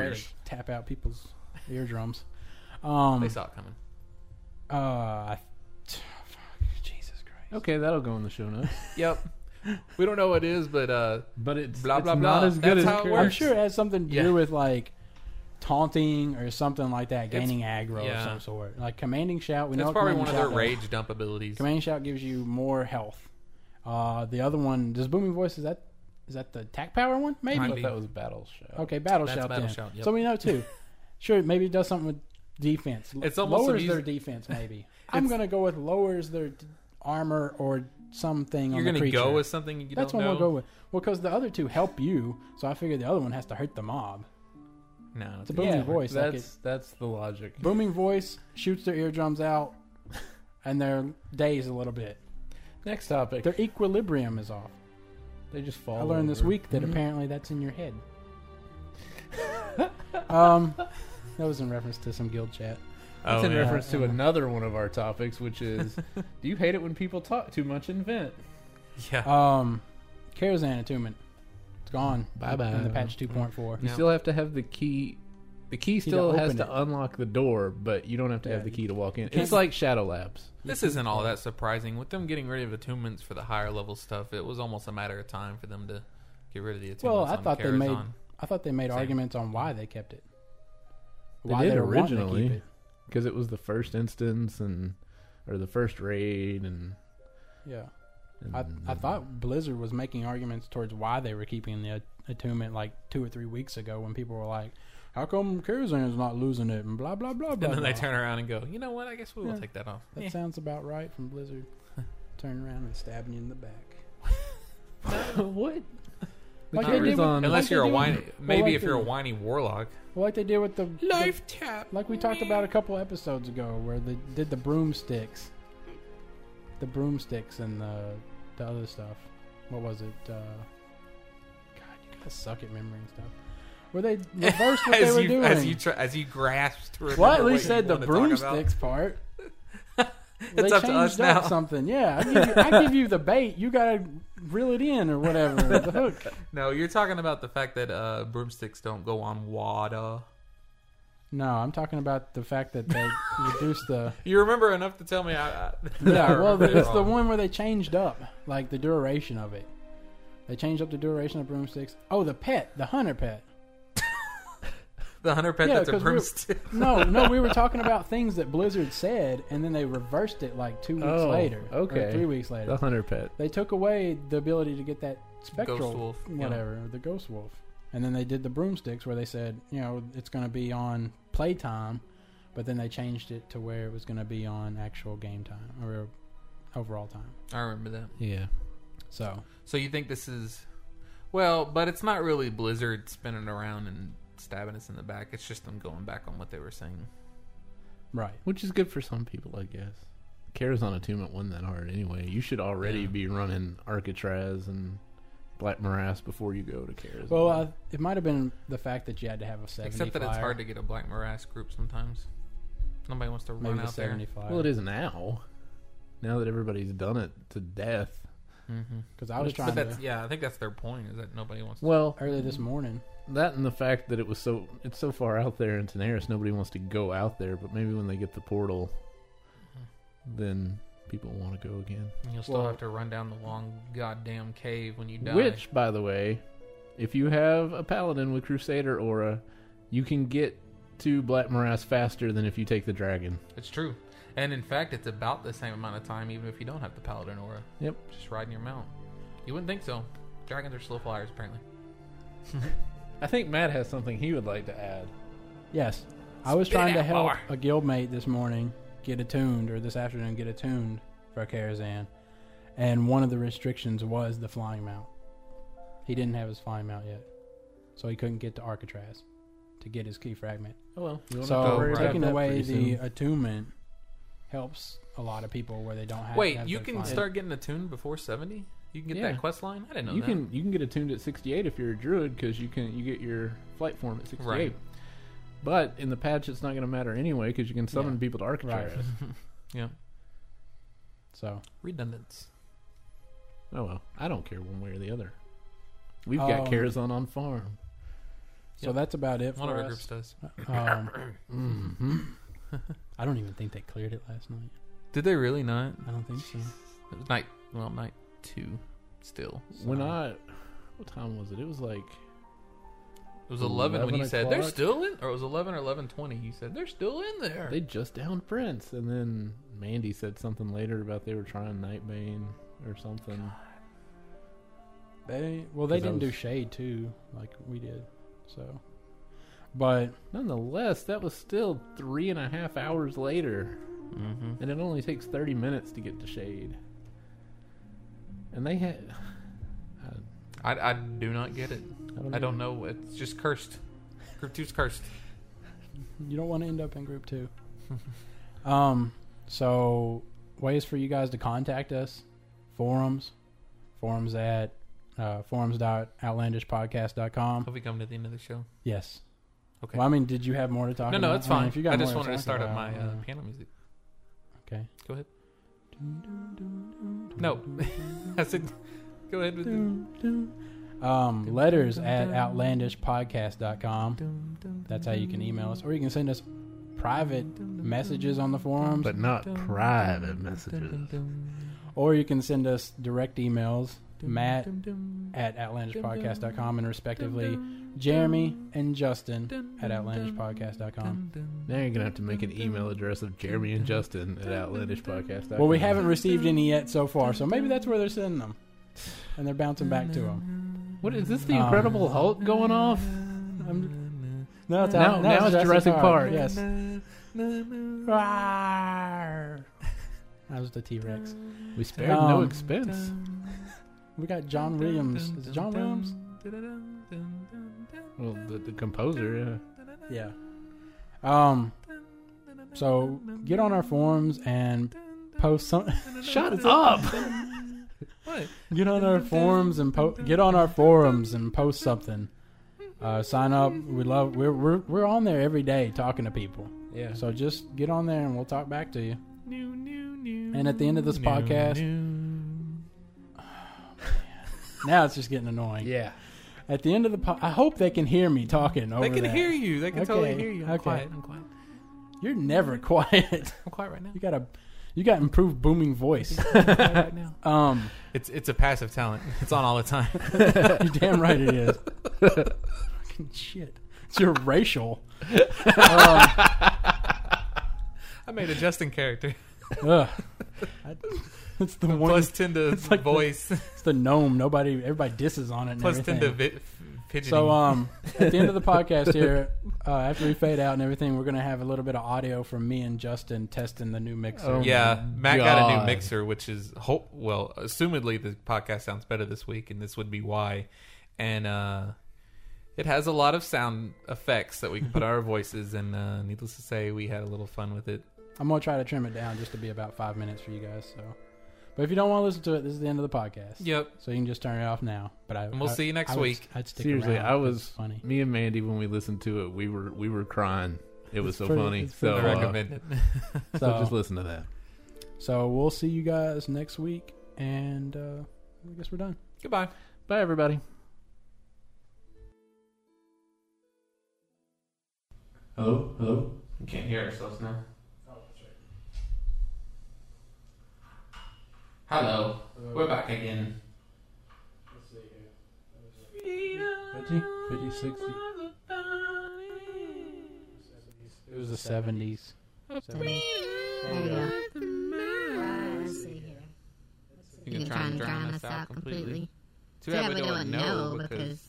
Speaker 3: voice.
Speaker 5: tap out people's eardrums. Um,
Speaker 3: They saw it coming.
Speaker 5: Uh, I- fuck, Jesus Christ.
Speaker 1: Okay, that'll go in the show notes.
Speaker 3: Yep. We don't know what it is, but uh,
Speaker 1: But it's,
Speaker 3: Blah,
Speaker 1: it's
Speaker 3: blah,
Speaker 1: not
Speaker 3: blah.
Speaker 1: as
Speaker 3: That's
Speaker 1: good as
Speaker 3: how it
Speaker 1: Crit.
Speaker 5: I'm
Speaker 3: works.
Speaker 5: sure it has something to
Speaker 3: Yeah.
Speaker 5: do with like taunting or something like that,
Speaker 3: It's-
Speaker 5: gaining aggro
Speaker 3: yeah.
Speaker 5: of some sort. Like commanding shout, we know
Speaker 3: that's
Speaker 5: what
Speaker 3: probably
Speaker 5: commanding
Speaker 3: one of their
Speaker 5: shout does.
Speaker 3: rage dump abilities.
Speaker 5: Commanding shout gives you more health. Uh, the other one, does booming voice is that is that the attack power one? Maybe.
Speaker 1: I
Speaker 3: Might
Speaker 1: thought
Speaker 3: be.
Speaker 1: that was battle show.
Speaker 5: Okay, battle
Speaker 3: That's
Speaker 5: shout
Speaker 3: Battle
Speaker 5: then.
Speaker 3: Shout, yep.
Speaker 5: So we know too. sure, maybe it does something with defense. L-
Speaker 3: It's almost
Speaker 5: lowers
Speaker 3: abuse-
Speaker 5: their defense. Maybe I'm gonna go with lowers their d- armor or something.
Speaker 3: You're
Speaker 5: on the
Speaker 3: going to
Speaker 5: creature.
Speaker 3: go with something you
Speaker 5: That's
Speaker 3: don't
Speaker 5: one
Speaker 3: know.
Speaker 5: we'll go with. Well, because the other two help you, so I figure the other one has to hurt the mob.
Speaker 3: No,
Speaker 5: It's a booming
Speaker 1: Yeah,
Speaker 5: voice. like
Speaker 1: That's that's the logic.
Speaker 5: it- booming voice shoots their eardrums out, and they're dazed a little bit.
Speaker 1: Next topic.
Speaker 5: Their equilibrium is off.
Speaker 1: They just fall.
Speaker 5: I learned this
Speaker 1: over.
Speaker 5: week that apparently that's in your head. um, that was in reference to some guild chat.
Speaker 1: That's
Speaker 3: Oh,
Speaker 1: in
Speaker 3: yeah.
Speaker 1: reference to another one of our topics, which is, do you hate it when people talk too much and vent?
Speaker 3: yeah.
Speaker 5: Um, Karazhan attunement. It's gone.
Speaker 1: Bye-bye.
Speaker 5: In the patch 2.4.
Speaker 1: You
Speaker 3: No.
Speaker 1: still have to have the key. The key
Speaker 5: to
Speaker 1: still has
Speaker 5: open
Speaker 1: to
Speaker 5: it.
Speaker 1: unlock the door, but you don't have to
Speaker 5: Yeah,
Speaker 1: have the
Speaker 5: you-
Speaker 1: key to walk in.
Speaker 5: can't-
Speaker 1: It's like Shadow Labs.
Speaker 3: This isn't all that surprising. With them getting rid of attunements for the higher level stuff, it was almost a matter of time for them to get rid of the attunements.
Speaker 5: Well, I
Speaker 3: on
Speaker 5: thought they
Speaker 3: Karazhan.
Speaker 5: made I thought they made
Speaker 3: Same.
Speaker 5: arguments on why they kept it.
Speaker 1: They did
Speaker 5: were wanting to keep
Speaker 1: originally.
Speaker 5: it.
Speaker 1: because it was the first instance and or the first raid and,
Speaker 5: Yeah.
Speaker 1: and
Speaker 5: I, I thought Blizzard was making arguments towards why they were keeping the attunement like two or three weeks ago when people were like, "How come Karazhan's not losing it?" and blah blah blah blah.
Speaker 3: and then they
Speaker 5: blah.
Speaker 3: turn around and go, you know what? I guess we will
Speaker 5: Yeah.
Speaker 3: take that off.
Speaker 5: That sounds about right from Blizzard. turn around and stabbing you in the back.
Speaker 1: what The
Speaker 5: Like they
Speaker 1: cover's
Speaker 5: did with-
Speaker 1: on.
Speaker 3: Unless
Speaker 5: they
Speaker 3: you're a
Speaker 5: do-
Speaker 3: whiny,
Speaker 5: well,
Speaker 3: maybe
Speaker 5: like
Speaker 3: if you're a
Speaker 5: they-
Speaker 3: whiny warlock.
Speaker 5: Well, like they did with the the-
Speaker 3: tap.
Speaker 5: like we talked about a couple episodes ago, where they did the broomsticks, the broomsticks and the the other stuff. What was it? Uh, God, you gotta suck at memory and stuff. Where they reversed what they
Speaker 3: As
Speaker 5: were
Speaker 3: you,
Speaker 5: doing.
Speaker 3: as you tr- as you grasped. to
Speaker 5: well, at
Speaker 3: remember
Speaker 5: least
Speaker 3: what
Speaker 5: said
Speaker 3: you
Speaker 5: the
Speaker 3: wanted to talk about.
Speaker 5: broomsticks part.
Speaker 3: It's
Speaker 5: they
Speaker 3: up to us
Speaker 5: changed up
Speaker 3: now.
Speaker 5: Something, yeah. I give, you, I give you the bait. You gotta reel it in or whatever. the hook.
Speaker 3: No, you're talking about the fact that uh, broomsticks don't go on water.
Speaker 5: No, I'm talking about the fact that they reduced the.
Speaker 3: You remember enough to tell me. I, I, I
Speaker 5: Yeah, well,
Speaker 3: remember it
Speaker 5: it's the
Speaker 3: wrong.
Speaker 5: one where they changed up like the duration of it. They changed up the duration of broomsticks. Oh, the pet, the hunter pet.
Speaker 3: The hunter pet
Speaker 5: Yeah,
Speaker 3: that's a
Speaker 5: 'cause we were-
Speaker 3: broomstick.
Speaker 5: No, no, we were talking about things that Blizzard said, and then they reversed it like two weeks
Speaker 1: Oh,
Speaker 5: later, or
Speaker 1: okay.
Speaker 5: three weeks later.
Speaker 1: The hunter pet.
Speaker 5: They took away the ability to get that spectral,
Speaker 3: Ghost wolf, yeah.
Speaker 5: whatever, the ghost wolf. And then they did the broomsticks where they said, you know, it's going to be on playtime, but then they changed it to where it was going to be on actual game time or overall time.
Speaker 3: I remember that.
Speaker 1: Yeah.
Speaker 5: So
Speaker 3: So you think this is well, but it's not really Blizzard spinning around and stabbing us in the back. It's just them going back on what they were saying.
Speaker 5: right,
Speaker 1: Which is good for some people, I guess. Carazon Attunement wasn't that hard anyway. You should already
Speaker 3: Yeah.
Speaker 1: be running Arcatraz and Black Morass before you go to Carazon.
Speaker 5: well, uh, it might have been the fact that you had to have a seventy.
Speaker 3: Except that it's
Speaker 5: flyer,
Speaker 3: hard to get a black morass group sometimes. Nobody wants to
Speaker 5: maybe
Speaker 3: run
Speaker 5: the
Speaker 3: out there.
Speaker 5: seventy flyer.
Speaker 1: well, it is now. Now that everybody's done it to death.
Speaker 3: Mm-hmm.
Speaker 5: because I was
Speaker 3: But
Speaker 5: trying
Speaker 3: that's
Speaker 5: to
Speaker 3: yeah, I think that's their point is that nobody wants. to...
Speaker 1: Well,
Speaker 5: earlier this morning.
Speaker 1: that and the fact that it was so it's so far out there in Tenaris, nobody wants to go out there. But maybe when they get the portal, then people want to go again.
Speaker 3: and You'll still
Speaker 5: well-
Speaker 3: have to run down the long goddamn cave when you die.
Speaker 1: Which, by the way, if you have a paladin with Crusader aura, you can get to Black Morass faster than if you take the dragon.
Speaker 3: it's true, and in fact, it's about the same amount of time even if you don't have the paladin aura.
Speaker 1: Yep.
Speaker 3: Just riding your mount. You wouldn't think so. Dragons are slow flyers apparently.
Speaker 1: I think Matt has something he would like to add.
Speaker 5: Yes. I was
Speaker 3: Spit
Speaker 5: trying to
Speaker 3: out
Speaker 5: help
Speaker 3: more.
Speaker 5: a guildmate this morning get attuned, or this afternoon get attuned for Karazhan, and one of the restrictions was the flying mount. He didn't have his flying mount yet, so he couldn't get to Arcatraz to get his key fragment.
Speaker 1: Oh well, you
Speaker 3: have to
Speaker 5: So
Speaker 3: worry about
Speaker 5: taking
Speaker 3: that
Speaker 5: away
Speaker 1: pretty
Speaker 5: the
Speaker 1: soon.
Speaker 5: attunement helps a lot of people where they don't have.
Speaker 3: Wait,
Speaker 5: have
Speaker 3: you
Speaker 5: their
Speaker 3: can
Speaker 5: flying-
Speaker 3: start getting attuned before seventy. You can get
Speaker 1: Yeah.
Speaker 3: that quest line. I didn't know
Speaker 1: you
Speaker 3: that.
Speaker 1: can you can get attuned at 68 if you're a druid because you can you get your flight form at 68.
Speaker 3: Right.
Speaker 1: But in the patch, it's not going to matter anyway because you can summon
Speaker 5: Yeah.
Speaker 1: people to Arcatraz.
Speaker 3: yeah,
Speaker 5: So
Speaker 3: redundance.
Speaker 1: Oh well, I don't care one way or the other. We've
Speaker 5: Um,
Speaker 1: got Karazhan on farm.
Speaker 5: so
Speaker 3: Yep.
Speaker 5: that's about it
Speaker 3: One of
Speaker 5: for
Speaker 3: our groups
Speaker 5: us.
Speaker 3: does.
Speaker 5: Um, mm-hmm.
Speaker 1: hmm
Speaker 5: I don't even think they cleared it last night.
Speaker 3: Did they really not?
Speaker 5: I don't think so.
Speaker 3: It was night. Well, night two. Still,
Speaker 1: When I, what time was it? It was like
Speaker 3: it was eleven, when you
Speaker 1: 11
Speaker 3: said they're
Speaker 1: o'clock?
Speaker 3: still in, or it was eleven or eleven twenty. You said they're still in there.
Speaker 1: They just downed Prince, and then Mandy said something later about they were trying Nightbane or something.
Speaker 5: They well, they
Speaker 1: 'Cause I
Speaker 5: didn't do
Speaker 1: was-
Speaker 5: shade too, like we did. So, but
Speaker 1: Nonetheless, that was still three and a half hours later,
Speaker 3: mm-hmm.
Speaker 1: and it only takes thirty minutes to get to Shade. And they had,
Speaker 3: I, I do not get it.
Speaker 1: I don't know.
Speaker 3: I don't know. It's just cursed. Group two's cursed.
Speaker 5: you don't want to end up in group two. um, so ways for you guys to contact us: forums, forums at uh, forums.outlandishpodcast.com.
Speaker 3: Have we come to the end of the show?
Speaker 5: Yes.
Speaker 3: Okay.
Speaker 5: Well, I mean, did you have more to talk?
Speaker 3: no,
Speaker 5: about?
Speaker 3: no, it's
Speaker 5: I mean,
Speaker 3: fine.
Speaker 5: if you got
Speaker 3: I just
Speaker 5: more
Speaker 3: wanted to
Speaker 5: talk
Speaker 3: start up
Speaker 5: about,
Speaker 3: my uh,
Speaker 5: yeah.
Speaker 3: piano music.
Speaker 5: okay.
Speaker 3: Go ahead. No,
Speaker 5: uh,
Speaker 3: I said, go ahead with it.
Speaker 5: Um, letters at outlandishpodcast.com. That's how you can email us, or you can send us private messages on the forums,
Speaker 1: but not private messages.
Speaker 5: or you can send us direct emails. Matt at outlandishpodcast.com and respectively Jeremy and Justin at outlandishpodcast.com.
Speaker 1: Now you're gonna have to make an email address of Jeremy and Justin at outlandishpodcast.com.
Speaker 5: Well, we haven't received any yet so far, so maybe that's where they're sending them, and they're bouncing back to them.
Speaker 1: What is this? The
Speaker 5: Um,
Speaker 1: Incredible Hulk going off?
Speaker 5: I'm, no, it's
Speaker 1: Now-
Speaker 5: out,
Speaker 1: now it's Jurassic Park.
Speaker 5: Yes. That was the T Rex.
Speaker 1: We spared no
Speaker 5: Um,
Speaker 1: expense.
Speaker 5: We got John Williams. Is it John Williams?
Speaker 1: Well, the, the composer,
Speaker 5: Yeah. Um. So get on our forums and post some.
Speaker 1: yeah. Shut up!
Speaker 5: get on our forums and po- get on our forums and post something. Uh, sign up. We love. We're, we're we're on there every day talking to people.
Speaker 1: yeah.
Speaker 5: So just get on there and we'll talk back to you. And at the end of this podcast, now it's just getting annoying.
Speaker 1: Yeah.
Speaker 5: At the end of the po- I hope they can hear me talking over
Speaker 3: They can
Speaker 5: that.
Speaker 3: hear you. They can totally
Speaker 5: Okay,
Speaker 3: hear you. I'm
Speaker 5: okay.
Speaker 3: quiet. I'm quiet.
Speaker 5: You're never quiet.
Speaker 3: I'm quiet right now.
Speaker 5: you got a you got improved booming voice.
Speaker 3: I'm quiet right now.
Speaker 5: Um,
Speaker 3: It's it's a passive talent. It's on all the time.
Speaker 5: you damn right it is. Fucking shit. It's your racial.
Speaker 3: I made a Justin character.
Speaker 5: Ugh. I- it's the one.
Speaker 3: Plus ten to
Speaker 5: It's like the-
Speaker 3: voice.
Speaker 5: it's the gnome. Nobody. Everybody disses on it. And
Speaker 3: plus
Speaker 5: everything.
Speaker 3: ten to vi- pigeon.
Speaker 5: So um, at the end of the podcast here, uh, after we fade out and everything, we're gonna have a little bit of audio from me and Justin testing the new mixer.
Speaker 1: Oh.
Speaker 3: yeah,
Speaker 1: my
Speaker 3: Matt got a new
Speaker 1: God.
Speaker 3: mixer, which is ho- well, assumedly the podcast sounds better this week, and this would be why. And uh, it has a lot of sound effects that we can put our voices, and uh, needless to say, we had a little fun with it.
Speaker 5: I'm gonna try to trim it down just to be about five minutes for you guys. So, but if you don't want to listen to it, this is the end of the podcast.
Speaker 3: Yep.
Speaker 5: So you can just turn it off now. But I
Speaker 3: And we'll
Speaker 5: I-
Speaker 3: see you next
Speaker 5: I would-
Speaker 3: week.
Speaker 5: I'd stick
Speaker 1: Seriously,
Speaker 5: around.
Speaker 1: I
Speaker 5: It's
Speaker 1: was
Speaker 5: funny.
Speaker 1: Me and Mandy, when we listened to it, we were we were crying. It was
Speaker 5: It's
Speaker 1: so
Speaker 5: pretty-
Speaker 1: funny.
Speaker 5: it's
Speaker 1: So,
Speaker 5: pretty
Speaker 3: I
Speaker 1: uh,
Speaker 5: funny.
Speaker 3: recommend it.
Speaker 1: so
Speaker 5: So,
Speaker 1: just listen to that.
Speaker 5: so we'll see you guys next week, and uh, I guess we're done.
Speaker 3: Goodbye.
Speaker 1: Bye, everybody.
Speaker 3: Hello. Hello. We can't hear ourselves now. Hello. We're back again.
Speaker 5: 50, 50, 60. It was the seventies.
Speaker 7: There you go. Let's see here.
Speaker 3: You
Speaker 7: You
Speaker 3: can try and drown us out completely. Too bad we don't know because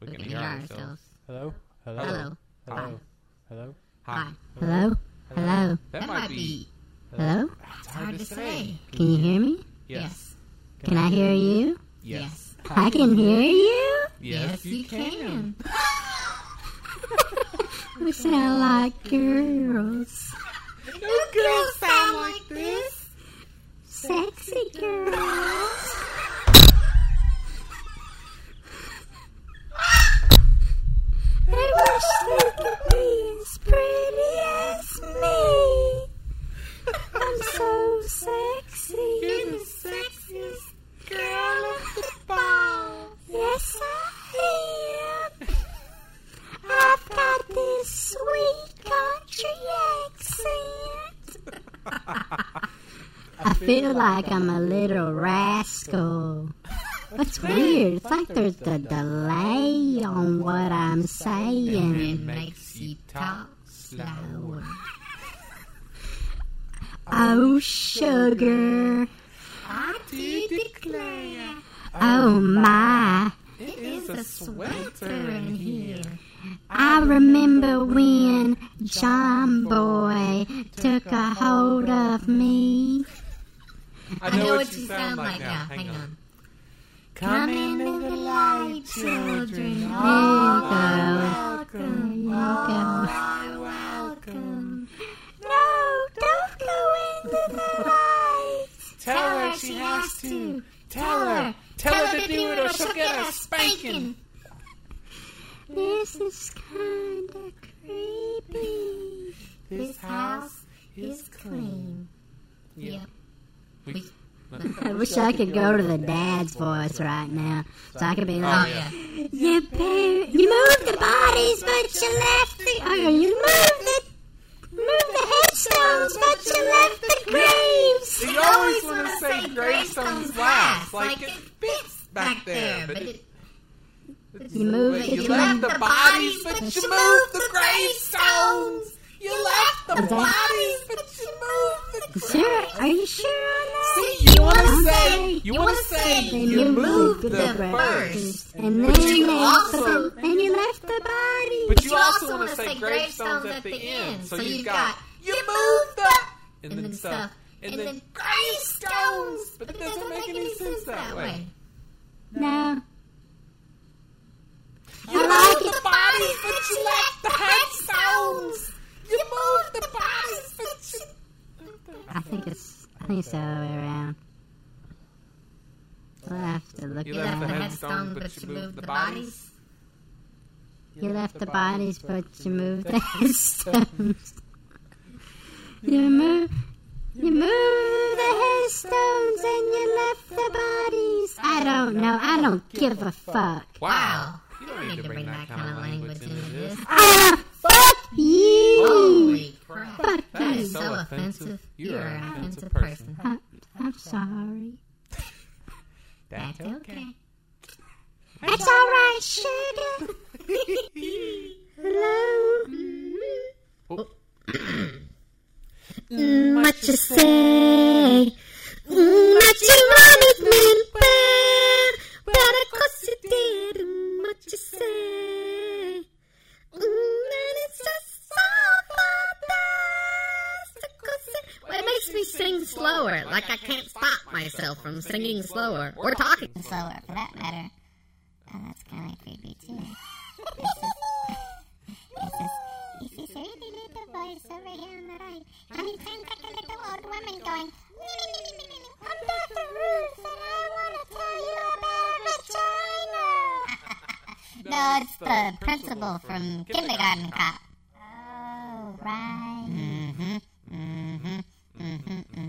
Speaker 3: we can hear ourselves.
Speaker 5: Hello, hello,
Speaker 7: Hello. Hi.
Speaker 5: hello.
Speaker 7: Hi.
Speaker 3: Hi.
Speaker 7: Hello. Hello.
Speaker 3: That might be.
Speaker 7: Hello.
Speaker 3: It's
Speaker 7: It's hard to say. Can you hear me?
Speaker 3: Yes.
Speaker 7: Can I hear you?
Speaker 3: Yes.
Speaker 7: I can hear you.
Speaker 3: Yes, you
Speaker 7: can. we sound like girls. No girls sound like this. Sexy girls. I wish they could be as pretty as me. I'm so sexy. You're the sexiest girl at the bar. Yes, I am. I've got this sweet country accent. I feel like I'm a little rascal. It's weird. It's like there's a delay on what I'm saying. It makes you talk slower. Oh, sugar. I do declare. Oh, my. It is a sweater in here. I remember when John Boy took a hold of me. I know what you sound like now. Hang on. Come into the light, children. You're welcome. You're welcome. No, don't go into the light. Tell her she has to. Tell her. Tell her to do it or she'll get a spanking. This is kinda creepy. This house is clean. Yep. I wish I could go to the dad's voice right now, so I could be like, "You par- you moved the bodies, but you left the or you moved the moved the headstones, but you left the graves." You always want to say gravestones last, like it fits back there, but it. You moved. You left the bodies, but you moved the gravestones. You left the bodies, but you moved the. Sure, are you sure on that? See, you want to say
Speaker 3: You want to say
Speaker 7: and you moved the first, and then you also and you left the body.
Speaker 3: But you also want to say gravestones at the end. So you've got you moved the and then stuff and then
Speaker 7: gravestones,
Speaker 3: but it doesn't make any sense that way.
Speaker 7: No,
Speaker 8: think so, around. We'll have to look
Speaker 3: You
Speaker 8: it
Speaker 3: left
Speaker 8: up.
Speaker 3: the headstone, but you moved the bodies.
Speaker 8: You left the bodies, but you moved the headstones. you move, you move the headstones, and you left the bodies. I don't know. I don't give a fuck.
Speaker 3: Wow. You don't need to bring that kind of language into this.
Speaker 8: Ah, fuck you!
Speaker 7: Holy crap.
Speaker 8: Fuck
Speaker 3: That
Speaker 8: you!
Speaker 3: is so offensive.
Speaker 7: You're
Speaker 3: You're
Speaker 7: an
Speaker 3: an
Speaker 7: offensive
Speaker 3: offensive
Speaker 7: person.
Speaker 3: person.
Speaker 8: I, I'm sorry. That's okay. That's all right, sugar. Hello.
Speaker 3: Oh,
Speaker 7: Mm, What you say? Mm, What you wanted me to bear, but of course you did. What you say? Mm, And it's just so fantastic. 'cause it- Well, it makes me sing slower, like I can't stop myself from singing slower or talking.
Speaker 8: slower for that matter. And that's kind of creepy too. Is this, is this really little voice over here on the right? And he sounds like a little old woman going, I'm Dr. Ruth and I want to tell you about vagina. no, it's the principal from Kindergarten Cop. Oh, right. Mm-hmm, mm-hmm.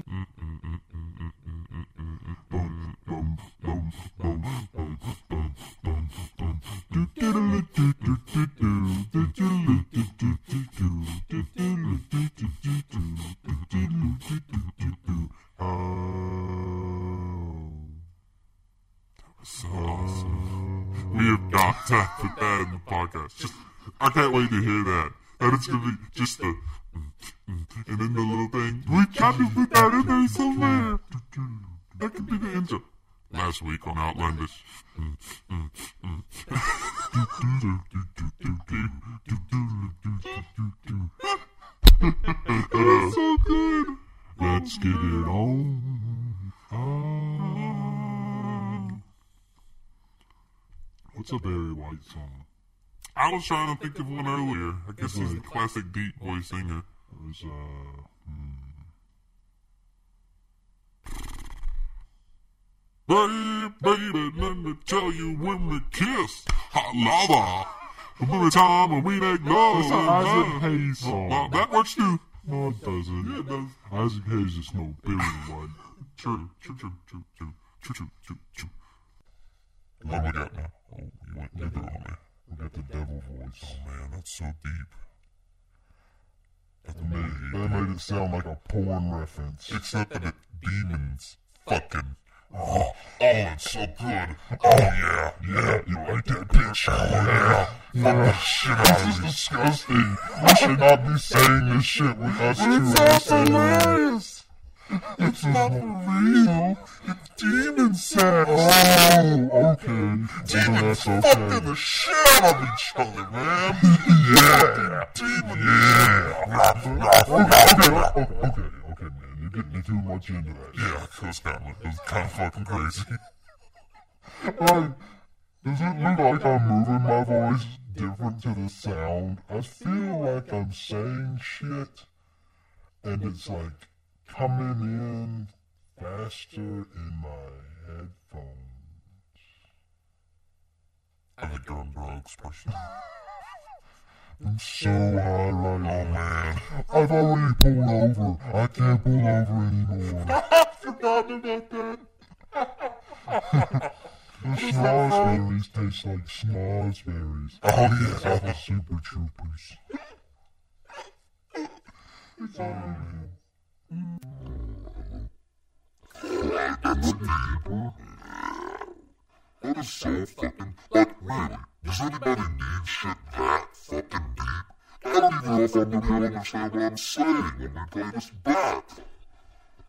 Speaker 6: So awesome. We have got to put that in the podcast. Just, I can't wait to hear that. That it's gonna be just the and then the little thing. We got to put that in there somewhere. That could be the intro. Last week on Outlandish. That's so good. Let's get it on. Ah. What's a Barry White song? I was trying to think of one earlier. I guess he's a classic deep voice singer. It was, uh.
Speaker 9: hmm.
Speaker 6: Baby, baby, let me tell you when we kissed. Hot lava. Remember the time when we made love.
Speaker 9: That's an Isaac Hayes song.
Speaker 6: Well, that works too.
Speaker 9: No, it doesn't.
Speaker 6: Yeah, it does.
Speaker 9: Isaac Hayes is no Barry White.
Speaker 6: True, true, true, true, true, true, true, true, true. What we got now? Oh, you went and did it on me.
Speaker 9: We got the devil voice.
Speaker 6: Oh man, that's so deep. That's
Speaker 9: They
Speaker 6: amazing.
Speaker 9: they made it sound like a porn reference.
Speaker 6: Except that it demons fucking. Oh, oh, it's so good. Oh yeah, yeah, you like that bitch? Oh yeah, fuck the shit out of
Speaker 9: This is
Speaker 6: me.
Speaker 9: disgusting. We should not be saying this shit with us two. in the same room.
Speaker 6: It's not for real. It's demon sex.
Speaker 9: Oh, okay. Well,
Speaker 6: Demons
Speaker 9: that's okay.
Speaker 6: fucking the shit out of each other, man. yeah, demons. Yeah.
Speaker 9: Okay, okay, okay, man. You're getting too much into that.
Speaker 6: Yeah, it was kind of, it was kind of fucking crazy.
Speaker 9: Like, does it look like I'm moving my voice different to the sound? I feel like I'm saying shit, and it's like coming in faster in my headphones.
Speaker 6: I think you're on drugs, person.
Speaker 9: I'm so high right
Speaker 6: Oh
Speaker 9: now.
Speaker 6: man.
Speaker 9: I've already pulled over. I can't pull over anymore.
Speaker 6: Forgot about that.
Speaker 9: The snozberries taste like snozberries.
Speaker 6: Oh yeah,
Speaker 9: It's all the super troopers.
Speaker 6: that is so fucking. Like, really? Does anybody need shit that fucking deep? I don't even know if I'm gonna be able to understand what I'm saying when we play this back.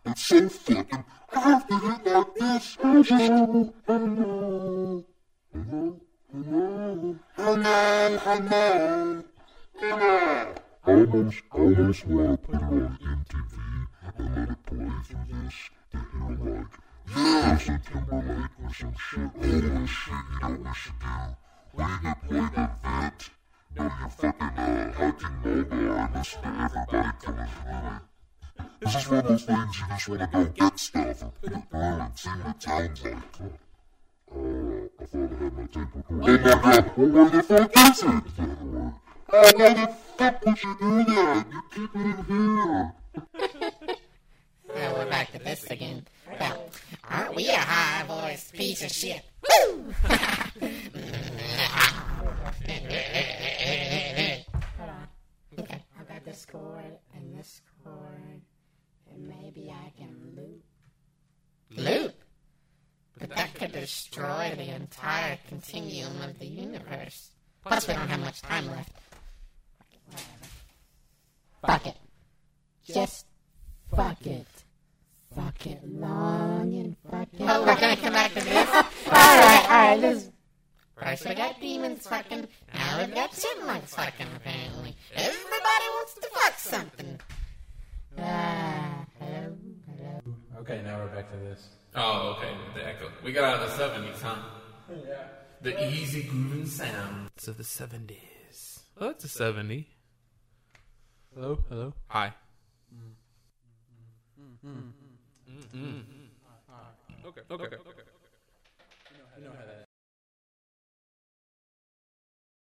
Speaker 6: It's so fucking. I have to hit like this. I just. Hello, hello, hello, hello, hello, hello. I almost, I almost want to put it on MTV and let it play through this. That you're like, yeah, Justin Timberlake or some shit. All this shit, you know what we should do? We need to play the vet. No, you fucking uh, hiking mobile and listen to everybody coming through it. This is one of those things you just want to go get stuff and put it through and see what it sounds like. Uh, I thought I had my tape recorded. Oh my god, well, where the fuck is it? Or, Oh, why the fuck would you do that? You keep it in here.
Speaker 8: Now we're back to this again. Well, aren't we a high voiced piece of shit? Woo! okay, I've got this chord and this chord, and maybe I can loop. Loop? But that could destroy the entire continuum of the universe. Plus, we don't have much time left. Fuck it. Just fuck it. Fuck it long and fuck it. Oh, we're gonna come back to this. all right, all right. This first we got demons fucking. Now we've got chipmunks fucking. Apparently, everybody wants to fuck something. Ah, hello, hello.
Speaker 5: Okay, now we're back to this.
Speaker 3: Oh, okay. The echo. We got out of the 70s, huh? Yeah. The easy grooving sounds of the 70s. Oh, that's a 70.
Speaker 5: Hello, hello.
Speaker 3: Hi. Okay, okay, okay.
Speaker 5: You know how that